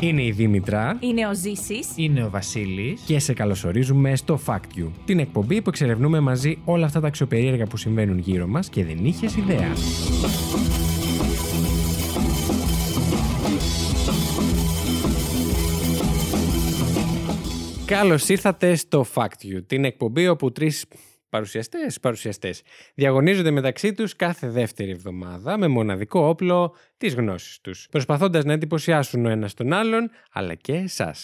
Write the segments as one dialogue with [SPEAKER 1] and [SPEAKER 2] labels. [SPEAKER 1] Είναι η Δήμητρα
[SPEAKER 2] Είναι ο Ζήσης.
[SPEAKER 3] Είναι ο Βασίλης.
[SPEAKER 1] και σε καλωσορίζουμε στο Fact You, την εκπομπή που εξερευνούμε μαζί όλα αυτά τα αξιοπερίεργα που συμβαίνουν γύρω μας και δεν είχες ιδέα. Καλώς ήρθατε στο Fact You, την εκπομπή όπου τρεις παρουσιαστές παρουσιαστές, διαγωνίζονται μεταξύ τους κάθε δεύτερη εβδομάδα με μοναδικό όπλο τι γνώσει τους, προσπαθώντας να εντυπωσιάσουν ο ένας τον άλλον, αλλά και εσάς.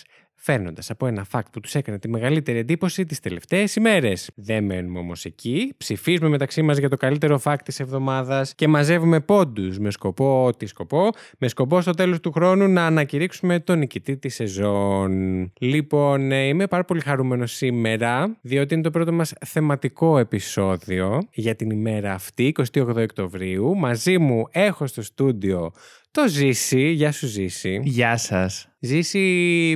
[SPEAKER 1] Φέρνοντα από ένα fact που τους έκανε τη μεγαλύτερη εντύπωση τις τελευταίες ημέρες. Δεν μένουμε όμως εκεί, ψηφίζουμε μεταξύ μας για το καλύτερο fact της εβδομάδας και μαζεύουμε πόντους με σκοπό, τι σκοπό, με σκοπό στο τέλος του χρόνου να ανακηρύξουμε τον νικητή της σεζόν. Λοιπόν, ε, είμαι πάρα πολύ χαρούμενος σήμερα, διότι είναι το πρώτο μας θεματικό επεισόδιο για την ημέρα αυτή, 28 Οκτωβρίου. Μαζί μου έχω στο στούντιο το Ζήση. Γεια σου, Ζήση.
[SPEAKER 3] Γεια σας.
[SPEAKER 1] Ζήση,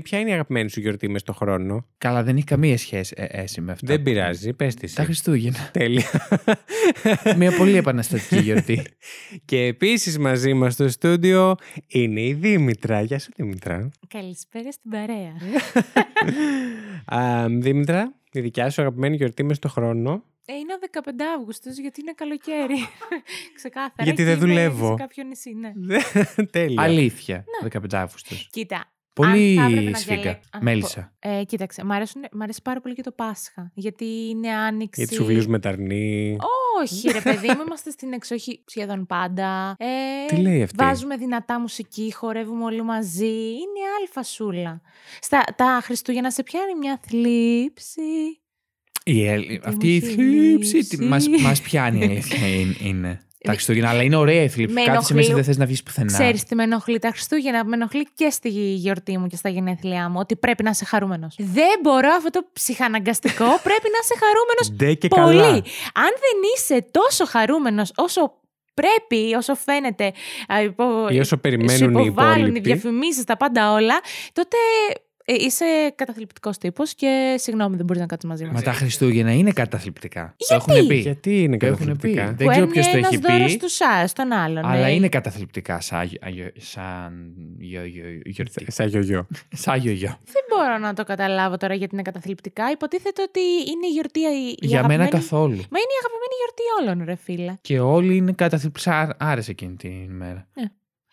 [SPEAKER 1] ποια είναι η αγαπημένη σου γιορτή μες στον χρόνο.
[SPEAKER 3] Καλά, δεν έχει καμία σχέση ε, έση με αυτό.
[SPEAKER 1] Δεν πειράζει, πες τη.
[SPEAKER 3] Τα Χριστούγεννα.
[SPEAKER 1] Τέλεια.
[SPEAKER 3] Μια πολύ επαναστατική γιορτή.
[SPEAKER 1] Και επίσης μαζί μας στο στούντιο είναι η Δήμητρα. Γεια σου, Δήμητρα.
[SPEAKER 2] Καλησπέρα στην παρέα.
[SPEAKER 1] Α, Δήμητρα, η δικιά σου αγαπημένη γιορτή μες στον χρόνο.
[SPEAKER 2] Ε, είναι ο 15 Αύγουστος γιατί είναι καλοκαίρι. Ξεκάθαρα.
[SPEAKER 1] Γιατί
[SPEAKER 2] και
[SPEAKER 1] δεν
[SPEAKER 2] είμαι
[SPEAKER 1] δουλεύω.
[SPEAKER 2] Σε κάποιο νησί, ναι.
[SPEAKER 1] Τέλεια.
[SPEAKER 3] Αλήθεια. 15 Αύγουστος.
[SPEAKER 2] Κοίτα.
[SPEAKER 3] Πολύ
[SPEAKER 2] θα έπρεπε να
[SPEAKER 3] σφίγγα.
[SPEAKER 2] διαλέξω- αν
[SPEAKER 3] Μέλισσα.
[SPEAKER 2] Ε, κοίταξε, μ' αρέσουν- μ' αρέσει πάρα πολύ και το Πάσχα. Γιατί είναι άνοιξη.
[SPEAKER 1] Γιατί σου βλύζουν με ταρνί.
[SPEAKER 2] Όχι, ρε παιδί μου, είμαστε στην εξοχή σχεδόν πάντα. Ε,
[SPEAKER 1] Τι λέει αυτή?
[SPEAKER 2] Βάζουμε δυνατά μουσική, χορεύουμε όλοι μαζί. Είναι αλφασούλα. Στα, τα Χριστούγεννα σε πιάνει μια θλίψη.
[SPEAKER 3] Η Έλλη-
[SPEAKER 2] Τι
[SPEAKER 3] Αυτή η
[SPEAKER 2] μου
[SPEAKER 3] θλίψη
[SPEAKER 2] θύμισε.
[SPEAKER 3] μα πιάνει η αλήθεια είναι- είναι. Τα Χριστούγεννα, αλλά είναι ωραία η θλίψη.
[SPEAKER 2] Με
[SPEAKER 3] Κάθεσαι μέσα
[SPEAKER 2] ενοχλεί-
[SPEAKER 3] δεν θες να βγεις πουθενά.
[SPEAKER 2] Ξέρεις τι με ενοχλεί τα Χριστούγεννα, με ενοχλεί και στη γιορτή μου και στα γενέθλιά μου, ότι πρέπει να είσαι χαρούμενος. Δεν μπορώ αυτό το ψυχαναγκαστικό, πρέπει να είσαι χαρούμενος
[SPEAKER 1] Ντε
[SPEAKER 3] Ε,
[SPEAKER 1] και
[SPEAKER 2] πολύ.
[SPEAKER 1] καλά.
[SPEAKER 2] Αν δεν είσαι τόσο χαρούμενος όσο πρέπει, όσο φαίνεται, α, υπό-
[SPEAKER 1] Ή όσο
[SPEAKER 2] σου
[SPEAKER 1] περιμένουν οι
[SPEAKER 2] υποβάλλουν οι
[SPEAKER 1] υπόλοιποι.
[SPEAKER 2] διαφημίσεις, τα πάντα όλα, τότε ε, είσαι καταθλιπτικός τύπος και συγγνώμη, δεν μπορείς να κάτσεις μαζί μας.
[SPEAKER 3] Μα τα Χριστούγεννα είναι καταθλιπτικά. Το έχουν πει.
[SPEAKER 1] Γιατί είναι
[SPEAKER 3] Το έχουν πει.
[SPEAKER 1] καταθλιπτικά.
[SPEAKER 3] Δεν ξέρω ποιος το έχει πει.
[SPEAKER 2] Του σα, τον άλλον.
[SPEAKER 3] Αλλά
[SPEAKER 2] ε.
[SPEAKER 3] είναι καταθλιπτικά σαν, γιο- αγιο- σαν γιο- γιο- γιορτή.
[SPEAKER 1] Σαν γιογιό.
[SPEAKER 2] Ναι.
[SPEAKER 3] Σαν γιογιό.
[SPEAKER 2] Δεν μπορώ να το καταλάβω τώρα γιατί είναι καταθλιπτικά. Υποτίθεται ότι είναι η γιορτή. Η, η
[SPEAKER 3] Για μένα
[SPEAKER 2] αγαπημένη-
[SPEAKER 3] καθόλου.
[SPEAKER 2] Μα είναι η αγαπημένη γιορτή όλων, ρε φίλε.
[SPEAKER 3] Και όλοι είναι καταθλιψά. Άρεσε εκείνη την μέρα.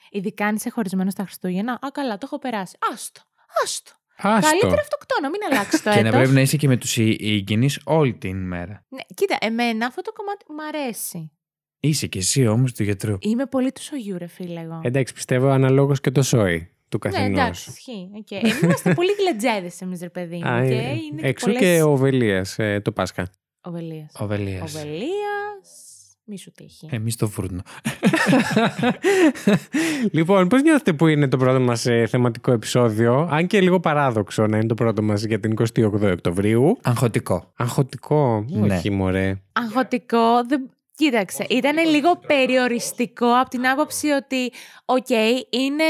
[SPEAKER 2] Ειδικά αν είσαι χωρισμένος στα Χριστούγεννα. Α, καλά, το έχω περάσει. Άστο. Άστο.
[SPEAKER 1] Άστο.
[SPEAKER 2] Καλύτερα αυτοκτόνο, μην αλλάξεις το
[SPEAKER 3] Και να
[SPEAKER 2] έτος.
[SPEAKER 3] πρέπει να είσαι και με τους ηγενεί όλη την μέρα.
[SPEAKER 2] Ναι, κοίτα, εμένα αυτό το κομμάτι μου αρέσει.
[SPEAKER 3] Είσαι και εσύ όμως του γιατρού.
[SPEAKER 2] Είμαι πολύ του σογιού, ρε φίλε εγώ.
[SPEAKER 3] Ε,
[SPEAKER 1] Εντάξει, πιστεύω αναλόγως και το σόι του
[SPEAKER 2] ναι,
[SPEAKER 1] καθενός.
[SPEAKER 2] εντάξει, ισχύει. οκ. Εμείς Είμαστε πολύ γλεντζέδε εμείς, ρε παιδί. μου,
[SPEAKER 3] ε,
[SPEAKER 2] και είναι και
[SPEAKER 1] Εξού
[SPEAKER 2] πολλές
[SPEAKER 1] ε, και ο Βελία το Πάσχα.
[SPEAKER 2] οβελίες.
[SPEAKER 3] Ο Βελία.
[SPEAKER 2] Οβελίας, Μη σου τύχει.
[SPEAKER 3] Εμεί στο φούρνο.
[SPEAKER 1] λοιπόν, πώς νιώθετε που είναι το πρώτο μας θεματικό επεισόδιο, αν και λίγο παράδοξο να είναι το πρώτο μας για την 28 Οκτωβρίου.
[SPEAKER 3] Αγχωτικό.
[SPEAKER 1] Αγχωτικό.
[SPEAKER 3] Ναι.
[SPEAKER 1] Όχι, μωρέ.
[SPEAKER 2] Αγχωτικό. Δεν... Κοίταξε, ήταν λίγο περιοριστικό από την άποψη ότι, οκ, είναι.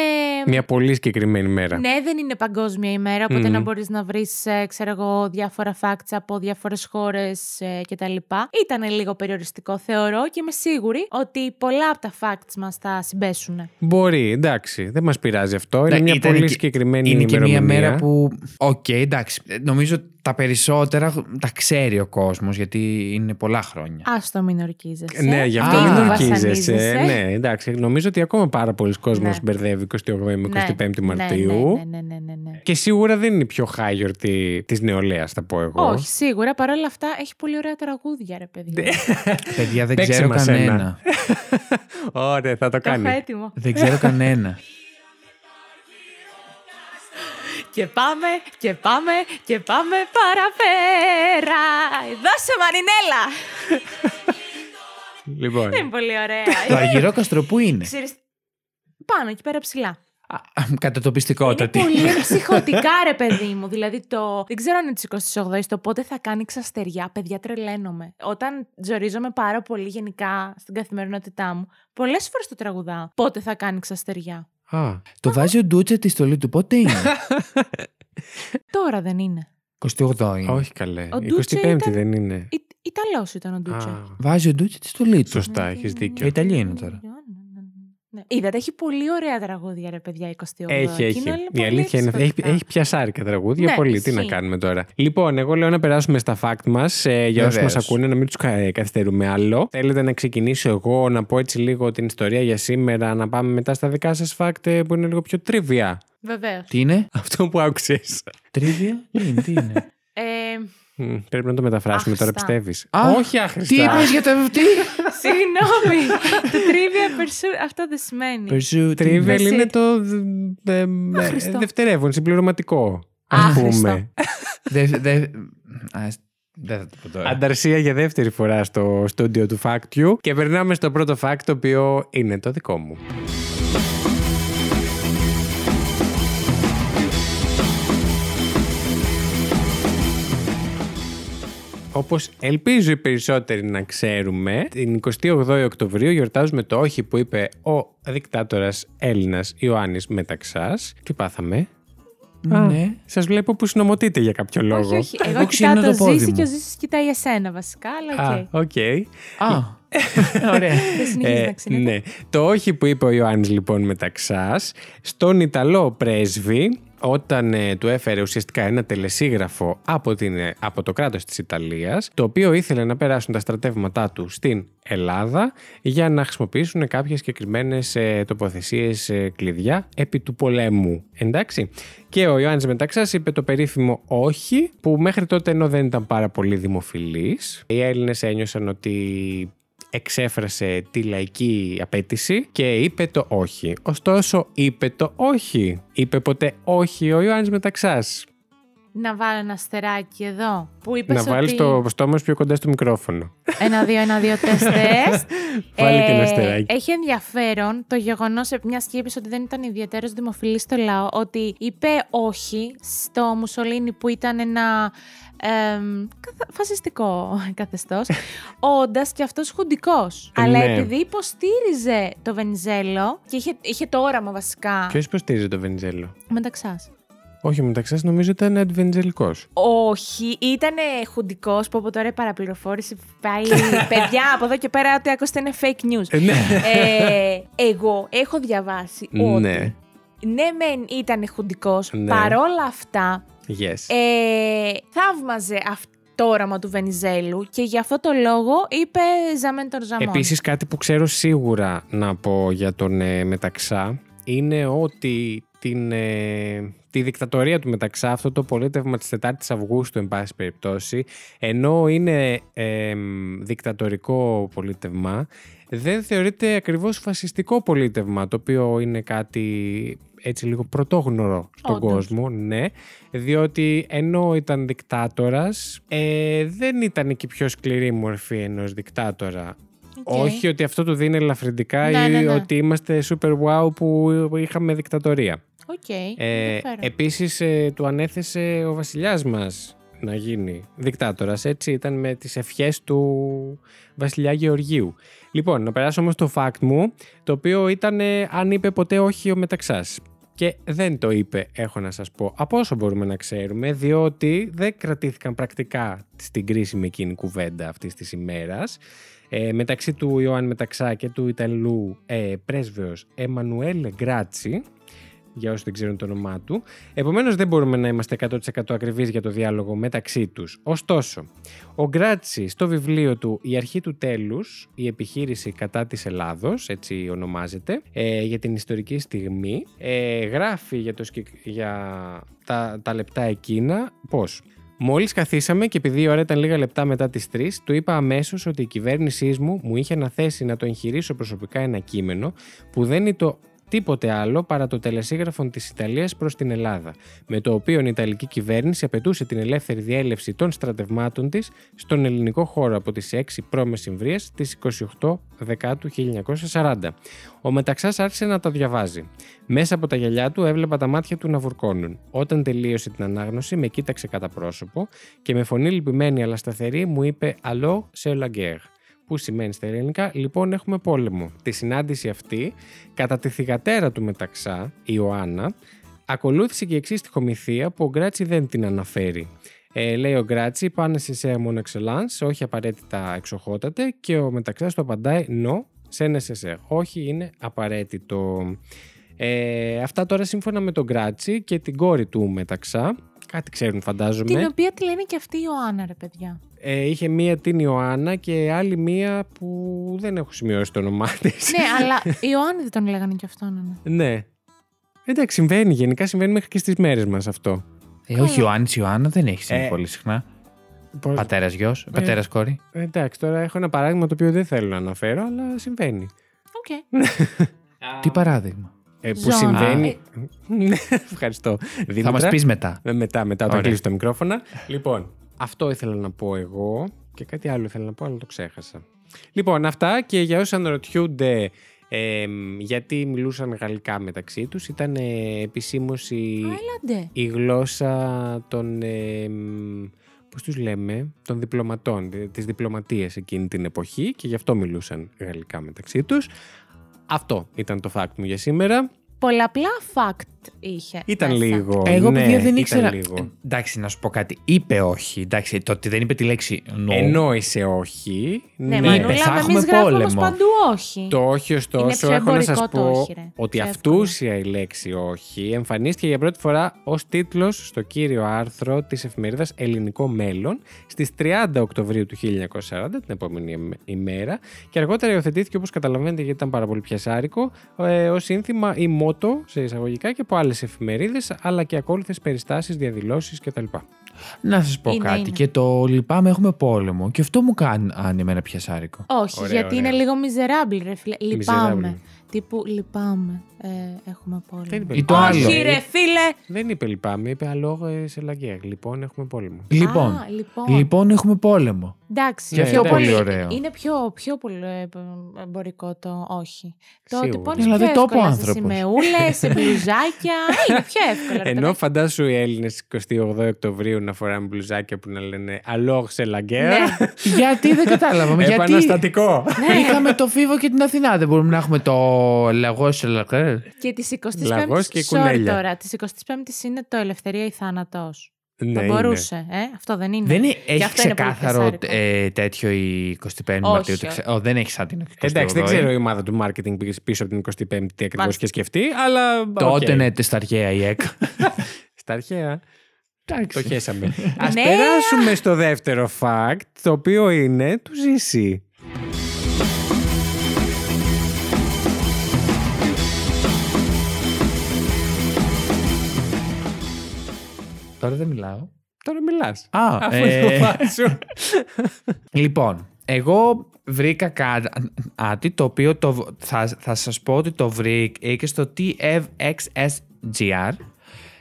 [SPEAKER 1] Μια πολύ συγκεκριμένη μέρα.
[SPEAKER 2] Ναι, δεν είναι παγκόσμια ημέρα, οπότε
[SPEAKER 1] Μμμ.
[SPEAKER 2] να μπορείς να βρεις, ξέρω εγώ, διάφορα facts από ε, διάφορε χώρε κτλ. Ήταν λίγο περιοριστικό, θεωρώ, και είμαι σίγουρη ότι πολλά από τα facts μας θα συμπέσουν.
[SPEAKER 1] Μπορεί, εντάξει, δεν μας πειράζει αυτό. Είναι
[SPEAKER 3] Ναι,
[SPEAKER 1] μια
[SPEAKER 3] ήταν
[SPEAKER 1] πολύ
[SPEAKER 3] και-
[SPEAKER 1] συγκεκριμένη
[SPEAKER 3] Είναι και μια
[SPEAKER 1] ημερομηνία.
[SPEAKER 3] μέρα που. Οκ, εντάξει. Ε, Νομίζω τα περισσότερα τα ξέρει ο κόσμος γιατί είναι πολλά χρόνια.
[SPEAKER 2] Άστο μην ορκίζεσαι.
[SPEAKER 1] Ναι, γι' αυτό
[SPEAKER 3] Α,
[SPEAKER 1] μην
[SPEAKER 3] το
[SPEAKER 1] ορκίζεσαι.
[SPEAKER 2] βασανίζεσαι.
[SPEAKER 1] Ναι, εντάξει. Νομίζω ότι ακόμα πάρα πολλοί κόσμοι
[SPEAKER 2] Ναι.
[SPEAKER 1] μπερδεύει 28 με 25 Μαρτίου.
[SPEAKER 2] Ναι, ναι, ναι, ναι, ναι, ναι.
[SPEAKER 1] Και σίγουρα δεν είναι η πιο high γιορτή της νεολαίας, θα πω εγώ.
[SPEAKER 2] Όχι, σίγουρα. Παρ' όλα αυτά έχει πολύ ωραία τραγούδια, ρε παιδί.
[SPEAKER 1] Ναι,
[SPEAKER 2] μου.
[SPEAKER 3] Παιδιά, δεν
[SPEAKER 1] Παίξε
[SPEAKER 3] ξέρω
[SPEAKER 1] μας ένα.
[SPEAKER 3] κανένα.
[SPEAKER 1] Ωραία, θα το
[SPEAKER 2] Το έχω
[SPEAKER 1] κάνει.
[SPEAKER 2] έτοιμο.
[SPEAKER 3] Δεν ξέρω κανένα.
[SPEAKER 2] Και πάμε, και πάμε, και πάμε παραπέρα. Δώσε μαρινέλα!
[SPEAKER 1] Λοιπόν.
[SPEAKER 2] Δεν είναι πολύ ωραία.
[SPEAKER 3] Το αργυρό καστρο που είναι.
[SPEAKER 2] Ξέρεις, Πάνω, εκεί πέρα ψηλά. Είναι
[SPEAKER 3] Κατατοπιστικότατη.
[SPEAKER 2] πολύ ψυχοτικά, ρε παιδί μου. Δηλαδή, το... δεν ξέρω αν είναι της 28η, το πότε θα κάνει ξαστεριά. Παιδιά, τρελαίνομαι. Όταν ζορίζομαι πάρα πολύ γενικά στην καθημερινότητά μου, πολλές φορές το τραγουδάω. Πότε θα κάνει ξαστεριά.
[SPEAKER 1] Α,
[SPEAKER 3] Το βάζει ο Ντούτσε τη στολή του. Πότε είναι.
[SPEAKER 2] Τώρα δεν είναι.
[SPEAKER 3] 28 είναι.
[SPEAKER 1] όχι καλέ.
[SPEAKER 2] Ο
[SPEAKER 1] 25η
[SPEAKER 2] Ντούτσε ήταν-
[SPEAKER 1] δεν είναι.
[SPEAKER 2] Ή... Ιταλός ήταν ο Ντούτσε.
[SPEAKER 1] Α,
[SPEAKER 3] Βάζει ο Ντούτσε τη στολή του.
[SPEAKER 1] Σωστά, έχεις δίκιο.
[SPEAKER 3] Ε, Ιταλία είναι τώρα.
[SPEAKER 2] Ναι. Είδατε, έχει πολύ ωραία τραγούδια, ρε παιδιά, 28.
[SPEAKER 1] Έχει,
[SPEAKER 2] Εκείνο
[SPEAKER 1] έχει.
[SPEAKER 2] είναι
[SPEAKER 1] Η
[SPEAKER 2] πολύ
[SPEAKER 1] αλήθεια είναι έχει,
[SPEAKER 2] εξωτικά.
[SPEAKER 1] έχει πιασάρικα τραγούδια
[SPEAKER 2] Ναι,
[SPEAKER 1] πολύ. Τι να
[SPEAKER 2] ισχύει.
[SPEAKER 1] κάνουμε τώρα. Λοιπόν, εγώ λέω να περάσουμε στα fact μας ε, για όσους μα
[SPEAKER 3] Βεβαίως.
[SPEAKER 1] ακούνε, να μην τους καθυστερούμε άλλο. Θέλετε να ξεκινήσω εγώ, να πω έτσι λίγο την ιστορία για σήμερα, να πάμε μετά στα δικά σας fact ε, που είναι λίγο πιο τρίβια.
[SPEAKER 2] Βεβαίως.
[SPEAKER 3] Τι είναι?
[SPEAKER 1] Αυτό που άκουσες.
[SPEAKER 3] Τρίβια? Τι είναι, τι είναι.
[SPEAKER 2] Ε,
[SPEAKER 1] Πρέπει να το μεταφράσουμε τώρα,
[SPEAKER 2] Άχρηστα.
[SPEAKER 1] πιστεύεις.
[SPEAKER 3] Α,
[SPEAKER 1] Όχι
[SPEAKER 3] τι
[SPEAKER 1] άχρηστα.
[SPEAKER 3] είπες για το FT?
[SPEAKER 2] συγγνώμη. το trivia pursuit αυτό δεν σημαίνει.
[SPEAKER 3] Pursue
[SPEAKER 1] Τρίβελ
[SPEAKER 2] That's
[SPEAKER 1] είναι
[SPEAKER 2] it.
[SPEAKER 1] το δε- δε-
[SPEAKER 2] Άχρηστο.
[SPEAKER 1] δευτερεύον, συμπληρωματικό. Ας
[SPEAKER 2] Άχρηστο.
[SPEAKER 1] πούμε.
[SPEAKER 3] Δε- δε- Α, Δεν θα το πω τώρα.
[SPEAKER 1] Ανταρσία για δεύτερη φορά στο στούντιο του Φάκτιου και περνάμε στο πρώτο fact το οποίο είναι το δικό μου. Όπως ελπίζω οι περισσότεροι να ξέρουμε, την 28η Οκτωβρίου γιορτάζουμε το όχι που είπε ο δικτάτορας Έλληνας Ιωάννης Μεταξάς. Τι πάθαμε.
[SPEAKER 3] Ναι.
[SPEAKER 1] Σας βλέπω που συνομωτείτε για κάποιο λόγο.
[SPEAKER 2] Όχι, όχι. Εγώ,
[SPEAKER 3] Εγώ ξύνω
[SPEAKER 2] κοιτάω το
[SPEAKER 3] το πόδι
[SPEAKER 2] Ζήση
[SPEAKER 3] μου.
[SPEAKER 2] και ο Ζήσης κοιτάει εσένα βασικά, αλλά οκ.
[SPEAKER 1] Α, οκ.
[SPEAKER 3] Α, ωραία.
[SPEAKER 2] Δεν συνεχίζεις
[SPEAKER 1] Ε,
[SPEAKER 2] να ξύνεται.
[SPEAKER 1] ναι. Το όχι που είπε ο Ιωάννης λοιπόν μεταξάς στον Ιταλό πρέσβη όταν ε, του έφερε ουσιαστικά ένα τελεσίγραφο από, την, ε, από το κράτος της Ιταλίας το οποίο ήθελε να περάσουν τα στρατεύματά του στην Ελλάδα για να χρησιμοποιήσουν κάποιες συγκεκριμένες ε, τοποθεσίες ε, κλειδιά επί του πολέμου. Εντάξει. Και ο Ιωάννης Μεταξάς είπε το περίφημο όχι που μέχρι τότε ενώ δεν ήταν πάρα πολύ δημοφιλής οι Έλληνες ένιωσαν ότι εξέφρασε τη λαϊκή απέτηση και είπε το όχι. Ωστόσο, είπε το όχι. Είπε ποτέ όχι ο Ιωάννης Μεταξάς.
[SPEAKER 2] Να βάλω ένα αστεράκι εδώ. Που είπες
[SPEAKER 1] να βάλεις
[SPEAKER 2] ότι...
[SPEAKER 1] το στόμα σου πιο κοντά στο μικρόφωνο.
[SPEAKER 2] Ένα, δύο, ένα, δύο, τεστ, τεστ.
[SPEAKER 1] Βάλε και ένα
[SPEAKER 2] Ε,
[SPEAKER 1] αστεράκι.
[SPEAKER 2] Έχει ενδιαφέρον το γεγονός, μιας και είπες ότι δεν ήταν ιδιαίτερος δημοφιλής στο λαό, ότι είπε όχι στο Μουσολίνι που ήταν ένα εμ, καθα- φασιστικό καθεστώς, όντας και αυτός χουντικός.
[SPEAKER 1] Ε,
[SPEAKER 2] Αλλά
[SPEAKER 1] ναι.
[SPEAKER 2] επειδή υποστήριζε το Βενιζέλο και είχε, είχε το όραμα βασικά.
[SPEAKER 1] Ποιος υποστήριζε το Βενιζέλο.
[SPEAKER 2] Μεταξάς.
[SPEAKER 1] Όχι, ο Μεταξάς νομίζω ήταν αντιβενιζελικός.
[SPEAKER 2] Όχι, ήταν χουντικός που από τώρα η παραπληροφόρηση πάει. παιδιά, από εδώ και πέρα, ό,τι άκουστε είναι fake news.
[SPEAKER 1] Ε, ναι.
[SPEAKER 2] ε, εγώ έχω διαβάσει ότι
[SPEAKER 1] ναι.
[SPEAKER 2] ναι μεν ήταν χουντικός,
[SPEAKER 1] Ναι.
[SPEAKER 2] παρόλα αυτά
[SPEAKER 1] Yes.
[SPEAKER 2] ε, θαύμαζε αυτό το όραμα του Βενιζέλου και για αυτό το λόγο είπε «Ζαμέν τον Ζαμόν».
[SPEAKER 1] Επίσης κάτι που ξέρω σίγουρα να πω για τον ε, Μεταξά είναι ότι την, ε, τη δικτατορία του Μεταξά, αυτό το πολίτευμα της 4ης Αυγούστου εν πάση περιπτώσει, ενώ είναι ε, μ, δικτατορικό πολίτευμα, δεν θεωρείται ακριβώς φασιστικό πολίτευμα, το οποίο είναι κάτι έτσι λίγο πρωτόγνωρο στον
[SPEAKER 2] Όντως.
[SPEAKER 1] κόσμο, ναι, διότι ενώ ήταν δικτάτορας, ε, δεν ήταν και η πιο σκληρή μορφή ενός δικτάτορα.
[SPEAKER 2] Οκ.
[SPEAKER 1] Όχι ότι αυτό του δίνει ελαφρυντικά
[SPEAKER 2] Ναι,
[SPEAKER 1] ή
[SPEAKER 2] ναι, ναι.
[SPEAKER 1] ότι είμαστε super wow που είχαμε δικτατορία.
[SPEAKER 2] Οκ,
[SPEAKER 1] Ε,
[SPEAKER 2] ενδιαφέρον.
[SPEAKER 1] επίσης ε, του ανέθεσε ο βασιλιάς μας να γίνει δικτάτορας, έτσι ήταν με τις ευχές του βασιλιά Γεωργίου. Λοιπόν, να περάσω όμως στο fact μου, το οποίο ήταν ε, αν είπε ποτέ όχι ο Μεταξάς. Και δεν το είπε, έχω να σας πω, από όσο μπορούμε να ξέρουμε, διότι δεν κρατήθηκαν πρακτικά στην κρίσιμη εκείνη κουβέντα αυτής της ημέρας. Ε, μεταξύ του Ιωάννη Μεταξά και του Ιταλού ε, πρέσβεως Εμμανουέλ Γκράτσι, για όσοι δεν ξέρουν το όνομά του. Επομένως, δεν μπορούμε να είμαστε 100% ακριβείς για το διάλογο μεταξύ τους. Ωστόσο, ο Γκράτσι στο βιβλίο του Η Αρχή του Τέλους, η επιχείρηση κατά της Ελλάδος, έτσι ονομάζεται, ε, για την ιστορική στιγμή, ε, γράφει για, το, συγκεκ- για τα, τα λεπτά εκείνα πώς. Μόλις καθίσαμε και επειδή η ώρα ήταν λίγα λεπτά μετά τις 3, του είπα αμέσως ότι η κυβέρνησής μου μου είχε αναθέσει να το εγχειρήσω προσωπικά ένα κείμενο που δεν ήταν τίποτε άλλο παρά το τελεσίγραφο της Ιταλίας προς την Ελλάδα, με το οποίο η Ιταλική κυβέρνηση απαιτούσε την ελεύθερη διέλευση των στρατευμάτων της στον ελληνικό χώρο από τις 6 πρώμε συμβρίες της 28 Δεκάτου 1940. Ο Μεταξάς άρχισε να τα διαβάζει. Μέσα από τα γυαλιά του έβλεπα τα μάτια του να βουρκώνουν. Όταν τελείωσε την ανάγνωση, με κοίταξε κατά πρόσωπο και με φωνή λυπημένη αλλά σταθερή μου είπε «Αλλό σε la guerre», που σημαίνει στα ελληνικά «Λοιπόν έχουμε πόλεμο». Τη συνάντηση αυτή, κατά τη θυγατέρα του μεταξά, η Ιωάννα, ακολούθησε και η εξής τυχομηθεία που ο Γκράτσι δεν την αναφέρει. Ε, λέει ο Γκράτσι, πάνε σε σε mon excellence, όχι απαραίτητα εξοχότατε, και ο μεταξάς του απαντάει «No, σε ένα SSR. Όχι, είναι απαραίτητο. Ε, αυτά τώρα σύμφωνα με τον Κράτσι και την κόρη του Μεταξά. Κάτι ξέρουν φαντάζομαι.
[SPEAKER 2] Την οποία τη λένε και αυτή η Ιωάννα, ρε παιδιά.
[SPEAKER 1] Ε, είχε μία την Ιωάννα και άλλη μία που δεν έχω σημειώσει το όνομά της.
[SPEAKER 2] ναι, αλλά η Ιωάννη δεν τον λέγανε κι αυτόν. ναι.
[SPEAKER 1] ναι. Εντάξει, συμβαίνει. Γενικά συμβαίνει μέχρι και στις μέρες μας αυτό.
[SPEAKER 3] Ε, όχι, Ιωάννης, Ιωάννα δεν έχει συμβεί
[SPEAKER 1] Ε. Ναι.
[SPEAKER 3] πολύ συχνά.
[SPEAKER 1] Πώς-
[SPEAKER 3] Πατέρας γιος, πατέρας κόρη.
[SPEAKER 1] Εντάξει, τώρα έχω ένα παράδειγμα το οποίο δεν θέλω να αναφέρω, αλλά συμβαίνει.
[SPEAKER 2] Οκ.
[SPEAKER 3] Τι παράδειγμα.
[SPEAKER 1] Ε, που
[SPEAKER 2] Ζώα.
[SPEAKER 1] συμβαίνει. Ναι, Ευχαριστώ. Δήμητρα.
[SPEAKER 3] Θα μας πεις μετά.
[SPEAKER 1] Ε, Μετά, μετά, όταν
[SPEAKER 3] Ωραία.
[SPEAKER 1] κλείσω τα μικρόφωνα. Λοιπόν, αυτό ήθελα να πω εγώ και κάτι άλλο ήθελα να πω, αλλά το ξέχασα. Λοιπόν, αυτά και για όσοι αναρωτιούνται εμ, γιατί μιλούσαν γαλλικά μεταξύ τους, ήταν ε, επισήμως η,
[SPEAKER 2] Έλαντε.
[SPEAKER 1] η γλώσσα των... εμ, πώς τους λέμε, των διπλωματών, δι- της διπλωματίας εκείνη την εποχή και γι' αυτό μιλούσαν γαλλικά μεταξύ τους. Αυτό ήταν το fact μου για σήμερα.
[SPEAKER 2] Πολλαπλά fact είχε.
[SPEAKER 1] Ήταν
[SPEAKER 2] μέσα.
[SPEAKER 1] λίγο.
[SPEAKER 3] Εγώ
[SPEAKER 1] ναι,
[SPEAKER 3] παιδιά δεν
[SPEAKER 1] ήταν
[SPEAKER 3] ήξερα. Ε,
[SPEAKER 1] λίγο.
[SPEAKER 3] Εντάξει, να σου πω κάτι. Είπε όχι. Εντάξει, το ότι δεν είπε τη λέξη no.
[SPEAKER 1] Ε, Ενόησε όχι.
[SPEAKER 2] Ναι,
[SPEAKER 3] Ναι,
[SPEAKER 2] Μανούλα,
[SPEAKER 3] θα
[SPEAKER 2] εμεί
[SPEAKER 3] έχουμε
[SPEAKER 2] γράφουμε όμως
[SPEAKER 3] πόλεμο.
[SPEAKER 2] παντού όχι.
[SPEAKER 1] Το όχι,
[SPEAKER 2] Είναι
[SPEAKER 1] ωστόσο,
[SPEAKER 2] πιο
[SPEAKER 1] έχω να
[SPEAKER 2] εμπορικό
[SPEAKER 1] σα
[SPEAKER 2] το
[SPEAKER 1] πω
[SPEAKER 2] όχι, ρε.
[SPEAKER 1] ότι
[SPEAKER 2] Πιο
[SPEAKER 1] αυτούσια η λέξη όχι εμφανίστηκε για πρώτη φορά ως τίτλος στο κύριο άρθρο της εφημερίδας Ελληνικό Μέλλον στις 30 Οκτωβρίου του 1940, την επόμενη ημέρα, και αργότερα υιοθετήθηκε όπως καταλαβαίνετε γιατί ήταν πάρα πολύ πιασάρικο, ε, ως σύνθημα ή μότο σε εισαγωγικά και από άλλες εφημερίδες, αλλά και ακόλουθες περιστάσεις, διαδηλώσεις κτλ.
[SPEAKER 2] Ναι.
[SPEAKER 3] Να σας πω
[SPEAKER 2] Είναι,
[SPEAKER 3] κάτι.
[SPEAKER 2] είναι.
[SPEAKER 3] Και το λυπάμαι, έχουμε πόλεμο. Και αυτό μου κάνει αν είμαι ένα πιασάρικο.
[SPEAKER 2] Όχι,
[SPEAKER 1] Ωραία,
[SPEAKER 2] γιατί
[SPEAKER 1] ωραία.
[SPEAKER 2] είναι λίγο miserable, ρε φίλε. Λυπάμαι.
[SPEAKER 1] Miserable.
[SPEAKER 2] Τύπου λυπάμαι. Ε, έχουμε
[SPEAKER 1] Δεν
[SPEAKER 2] πόλεμο.
[SPEAKER 1] είπε
[SPEAKER 3] Ή το
[SPEAKER 1] λυπάμαι.
[SPEAKER 3] άλλο.
[SPEAKER 2] Όχι, ρε φίλε.
[SPEAKER 1] Δεν είπε λυπάμαι, είπε αλόγω ε, σε λαγκαία. Λοιπόν, έχουμε πόλεμο.
[SPEAKER 3] Λοιπόν,
[SPEAKER 2] Α, λοιπόν.
[SPEAKER 3] λοιπόν, έχουμε πόλεμο.
[SPEAKER 1] Και
[SPEAKER 2] Εντάξει, είναι
[SPEAKER 1] αυτό
[SPEAKER 2] πιο
[SPEAKER 1] πολύ
[SPEAKER 3] ωραίο.
[SPEAKER 2] Είναι πιο, πιο πολύ ε, εμπορικό το όχι. Το
[SPEAKER 1] Σίγουρα.
[SPEAKER 2] ότι πόνεις
[SPEAKER 3] Δηλαδή,
[SPEAKER 2] πιο
[SPEAKER 3] το είπε ο
[SPEAKER 2] εύκολα σε
[SPEAKER 3] άνθρωπος.
[SPEAKER 2] σημεούλες, σε μπλουζάκια. Ε, είναι πιο εύκολο. ρε
[SPEAKER 1] Ενώ
[SPEAKER 2] παιδί.
[SPEAKER 1] φαντάσου οι Έλληνες 28 Οκτωβρίου να φοράνε μπλουζάκια που να λένε Αλόγ σε λαγκαία.
[SPEAKER 2] Ναι.
[SPEAKER 3] γιατί δεν κατάλαβα. γιατί
[SPEAKER 1] Επαναστατικό.
[SPEAKER 3] είχαμε το Φίβο και την Αθηνά. Δεν μπορούμε να έχουμε το λαγός σε λακέρ.
[SPEAKER 2] Και της 25η.
[SPEAKER 1] Λαγός και κουνέλια.
[SPEAKER 2] τώρα. Της 25η είναι το ελευθερία ή θάνατος.
[SPEAKER 1] ναι,
[SPEAKER 2] Θα
[SPEAKER 1] είναι.
[SPEAKER 2] μπορούσε. Ε? Αυτό δεν είναι.
[SPEAKER 3] Δεν είναι- έχει
[SPEAKER 2] αυτό είναι πολύ
[SPEAKER 3] ξεκάθαρο
[SPEAKER 2] πιασάρικο.
[SPEAKER 3] ε, τέτοιο η 25η
[SPEAKER 2] Όχι,
[SPEAKER 3] Μαρτίου.
[SPEAKER 2] όχι.
[SPEAKER 3] το ξε- Ω, δεν έχει σαν την 25η.
[SPEAKER 1] Εντάξει, δεν ξέρω η ομάδα του marketing πήγε πίσω από την 25η τι ακριβώς
[SPEAKER 2] Μάλιστα.
[SPEAKER 1] είχε σκεφτεί, αλλά.
[SPEAKER 3] Τότε
[SPEAKER 1] οκ.
[SPEAKER 3] είναι στα αρχαία η ΕΚ.
[SPEAKER 1] Στα αρχαία. Το
[SPEAKER 3] Εντάξει.
[SPEAKER 1] χέσαμε. Ας
[SPEAKER 2] Ναι.
[SPEAKER 1] περάσουμε στο δεύτερο fact, το οποίο είναι του ζήσει.
[SPEAKER 3] Τώρα δεν μιλάω.
[SPEAKER 1] Τώρα μιλάς.
[SPEAKER 3] Α,
[SPEAKER 1] Αφού
[SPEAKER 3] ε,
[SPEAKER 1] το φάσου.
[SPEAKER 3] Λοιπόν, εγώ βρήκα κάτι το οποίο το, β- θα, θα σας πω ότι το βρήκα στο TFXSGR.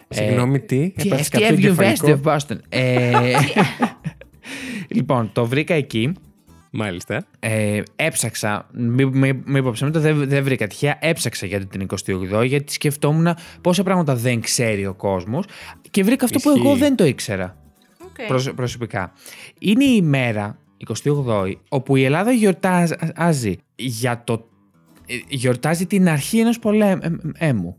[SPEAKER 1] Συγγνώμη, Ε, τι.
[SPEAKER 3] Τι
[SPEAKER 1] έπαθες κάποιο
[SPEAKER 3] FTF University
[SPEAKER 1] εγκεφαλικό?
[SPEAKER 3] of Boston. Ε, λοιπόν, το βρήκα εκεί.
[SPEAKER 1] Μάλιστα.
[SPEAKER 3] Ε, έψαξα, μη, μη, μη υποψιάζομαι, δεν δεν βρήκα τυχαία, έψαξα για την 28η γιατί σκεφτόμουν πόσα πράγματα δεν ξέρει ο κόσμος και βρήκα αυτό που
[SPEAKER 1] Ισχύει.
[SPEAKER 3] εγώ δεν το ήξερα.
[SPEAKER 2] Οκ.
[SPEAKER 3] Προσ- προσωπικά. Είναι η μέρα, 28η, όπου η Ελλάδα γιορτάζει για το. ε, Γιορτάζει την αρχή ενός πολέμου.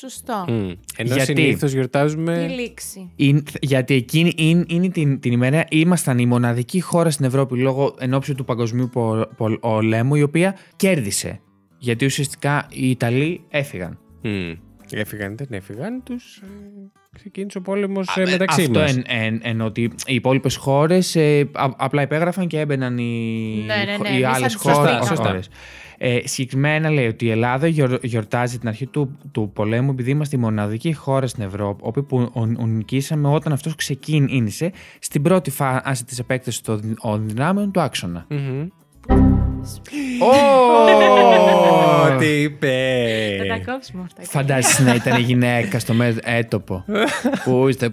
[SPEAKER 2] Σωστό.
[SPEAKER 1] Μμ. Ενώ
[SPEAKER 3] Γιατί?
[SPEAKER 1] συνήθως
[SPEAKER 2] Η
[SPEAKER 1] γιορτάζουμε.
[SPEAKER 2] λήξη.
[SPEAKER 3] Είναι- γιατί εκείνη είναι, είναι την, την ημέρα ήμασταν η μοναδική χώρα στην Ευρώπη λόγω ενόψεου του Παγκοσμίου Πο- Πο- Πολέμου η οποία κέρδισε. Γιατί ουσιαστικά οι Ιταλοί έφυγαν.
[SPEAKER 1] Μμ. Έφυγαν, δεν έφυγαν, τους. Ξεκίνησε ο πόλεμος
[SPEAKER 2] ε,
[SPEAKER 1] μεταξύ
[SPEAKER 3] Αυτό
[SPEAKER 1] μας.
[SPEAKER 3] εν, εν, εννοώ ότι οι υπόλοιπες χώρες ε, α- απλά υπέγραφαν και έμπαιναν οι,
[SPEAKER 2] Ναι, ναι, ναι,
[SPEAKER 3] οι
[SPEAKER 2] μη
[SPEAKER 3] άλλε
[SPEAKER 2] σαν τις
[SPEAKER 3] χώρες.
[SPEAKER 1] Σωστά, σωστά.
[SPEAKER 3] Ε, συγκεκριμένα λέει ότι η Ελλάδα γιορ- γιορτάζει την αρχή του, του πολέμου επειδή είμαστε η μοναδική χώρα στην Ευρώπη όπου που ο- ο- νικήσαμε όταν αυτός ξεκίνησε στην πρώτη φάση της επέκτασης των δυ- των δυνάμεων του άξονα.
[SPEAKER 1] Μμμ.
[SPEAKER 3] Ω!
[SPEAKER 1] Ό,τι είπε. Ε.
[SPEAKER 2] Θα τα κόψουμε αυτά.
[SPEAKER 3] Φαντάζεσαι να ήταν η γυναίκα στο μέσο έτοπο. Πού είστε.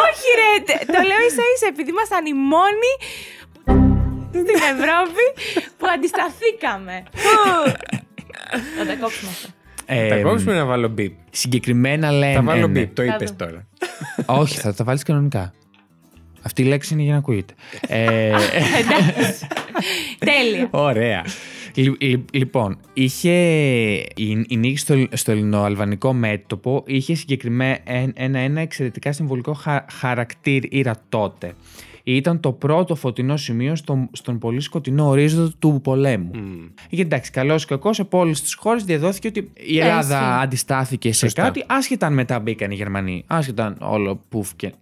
[SPEAKER 2] Όχι, ρε. τε- Το λέω ίσα ίσα επειδή ήμασταν οι μόνοι στην Ευρώπη που αντισταθήκαμε. Ου. Θα τα κόψουμε αυτά.
[SPEAKER 3] Ε,
[SPEAKER 1] Θα κόψουμε να βάλω μπιπ.
[SPEAKER 3] Συγκεκριμένα λένε.
[SPEAKER 1] Θα βάλω μπιπ, το
[SPEAKER 2] Θα
[SPEAKER 1] είπες
[SPEAKER 2] δω.
[SPEAKER 1] τώρα.
[SPEAKER 3] Όχι, θα τα βάλεις κανονικά. Αυτή η λέξη είναι για να ακούγεται. Ε,
[SPEAKER 2] Εντάξει. Τέλεια.
[SPEAKER 1] Ωραία.
[SPEAKER 3] λι- λι- λοιπόν, είχε η, η νίκη στο, στο ελληνοαλβανικό μέτωπο είχε συγκεκριμένα ένα, ένα εξαιρετικά συμβολικό χα, χαρακτήρα τότε. Ήταν το πρώτο φωτεινό σημείο στο, στον πολύ σκοτεινό ορίζοντα του πολέμου.
[SPEAKER 1] Μμμ.
[SPEAKER 3] Γιατί εντάξει, καλός ή κακός, από όλε τις χώρες διαδόθηκε ότι η
[SPEAKER 2] Ναι,
[SPEAKER 3] Ελλάδα
[SPEAKER 2] ισχύει.
[SPEAKER 3] αντιστάθηκε σε
[SPEAKER 1] Σωστά.
[SPEAKER 3] κάτι, άσχετα αν μετά μπήκαν οι Γερμανοί. Άσχετα αν όλο πουφ και.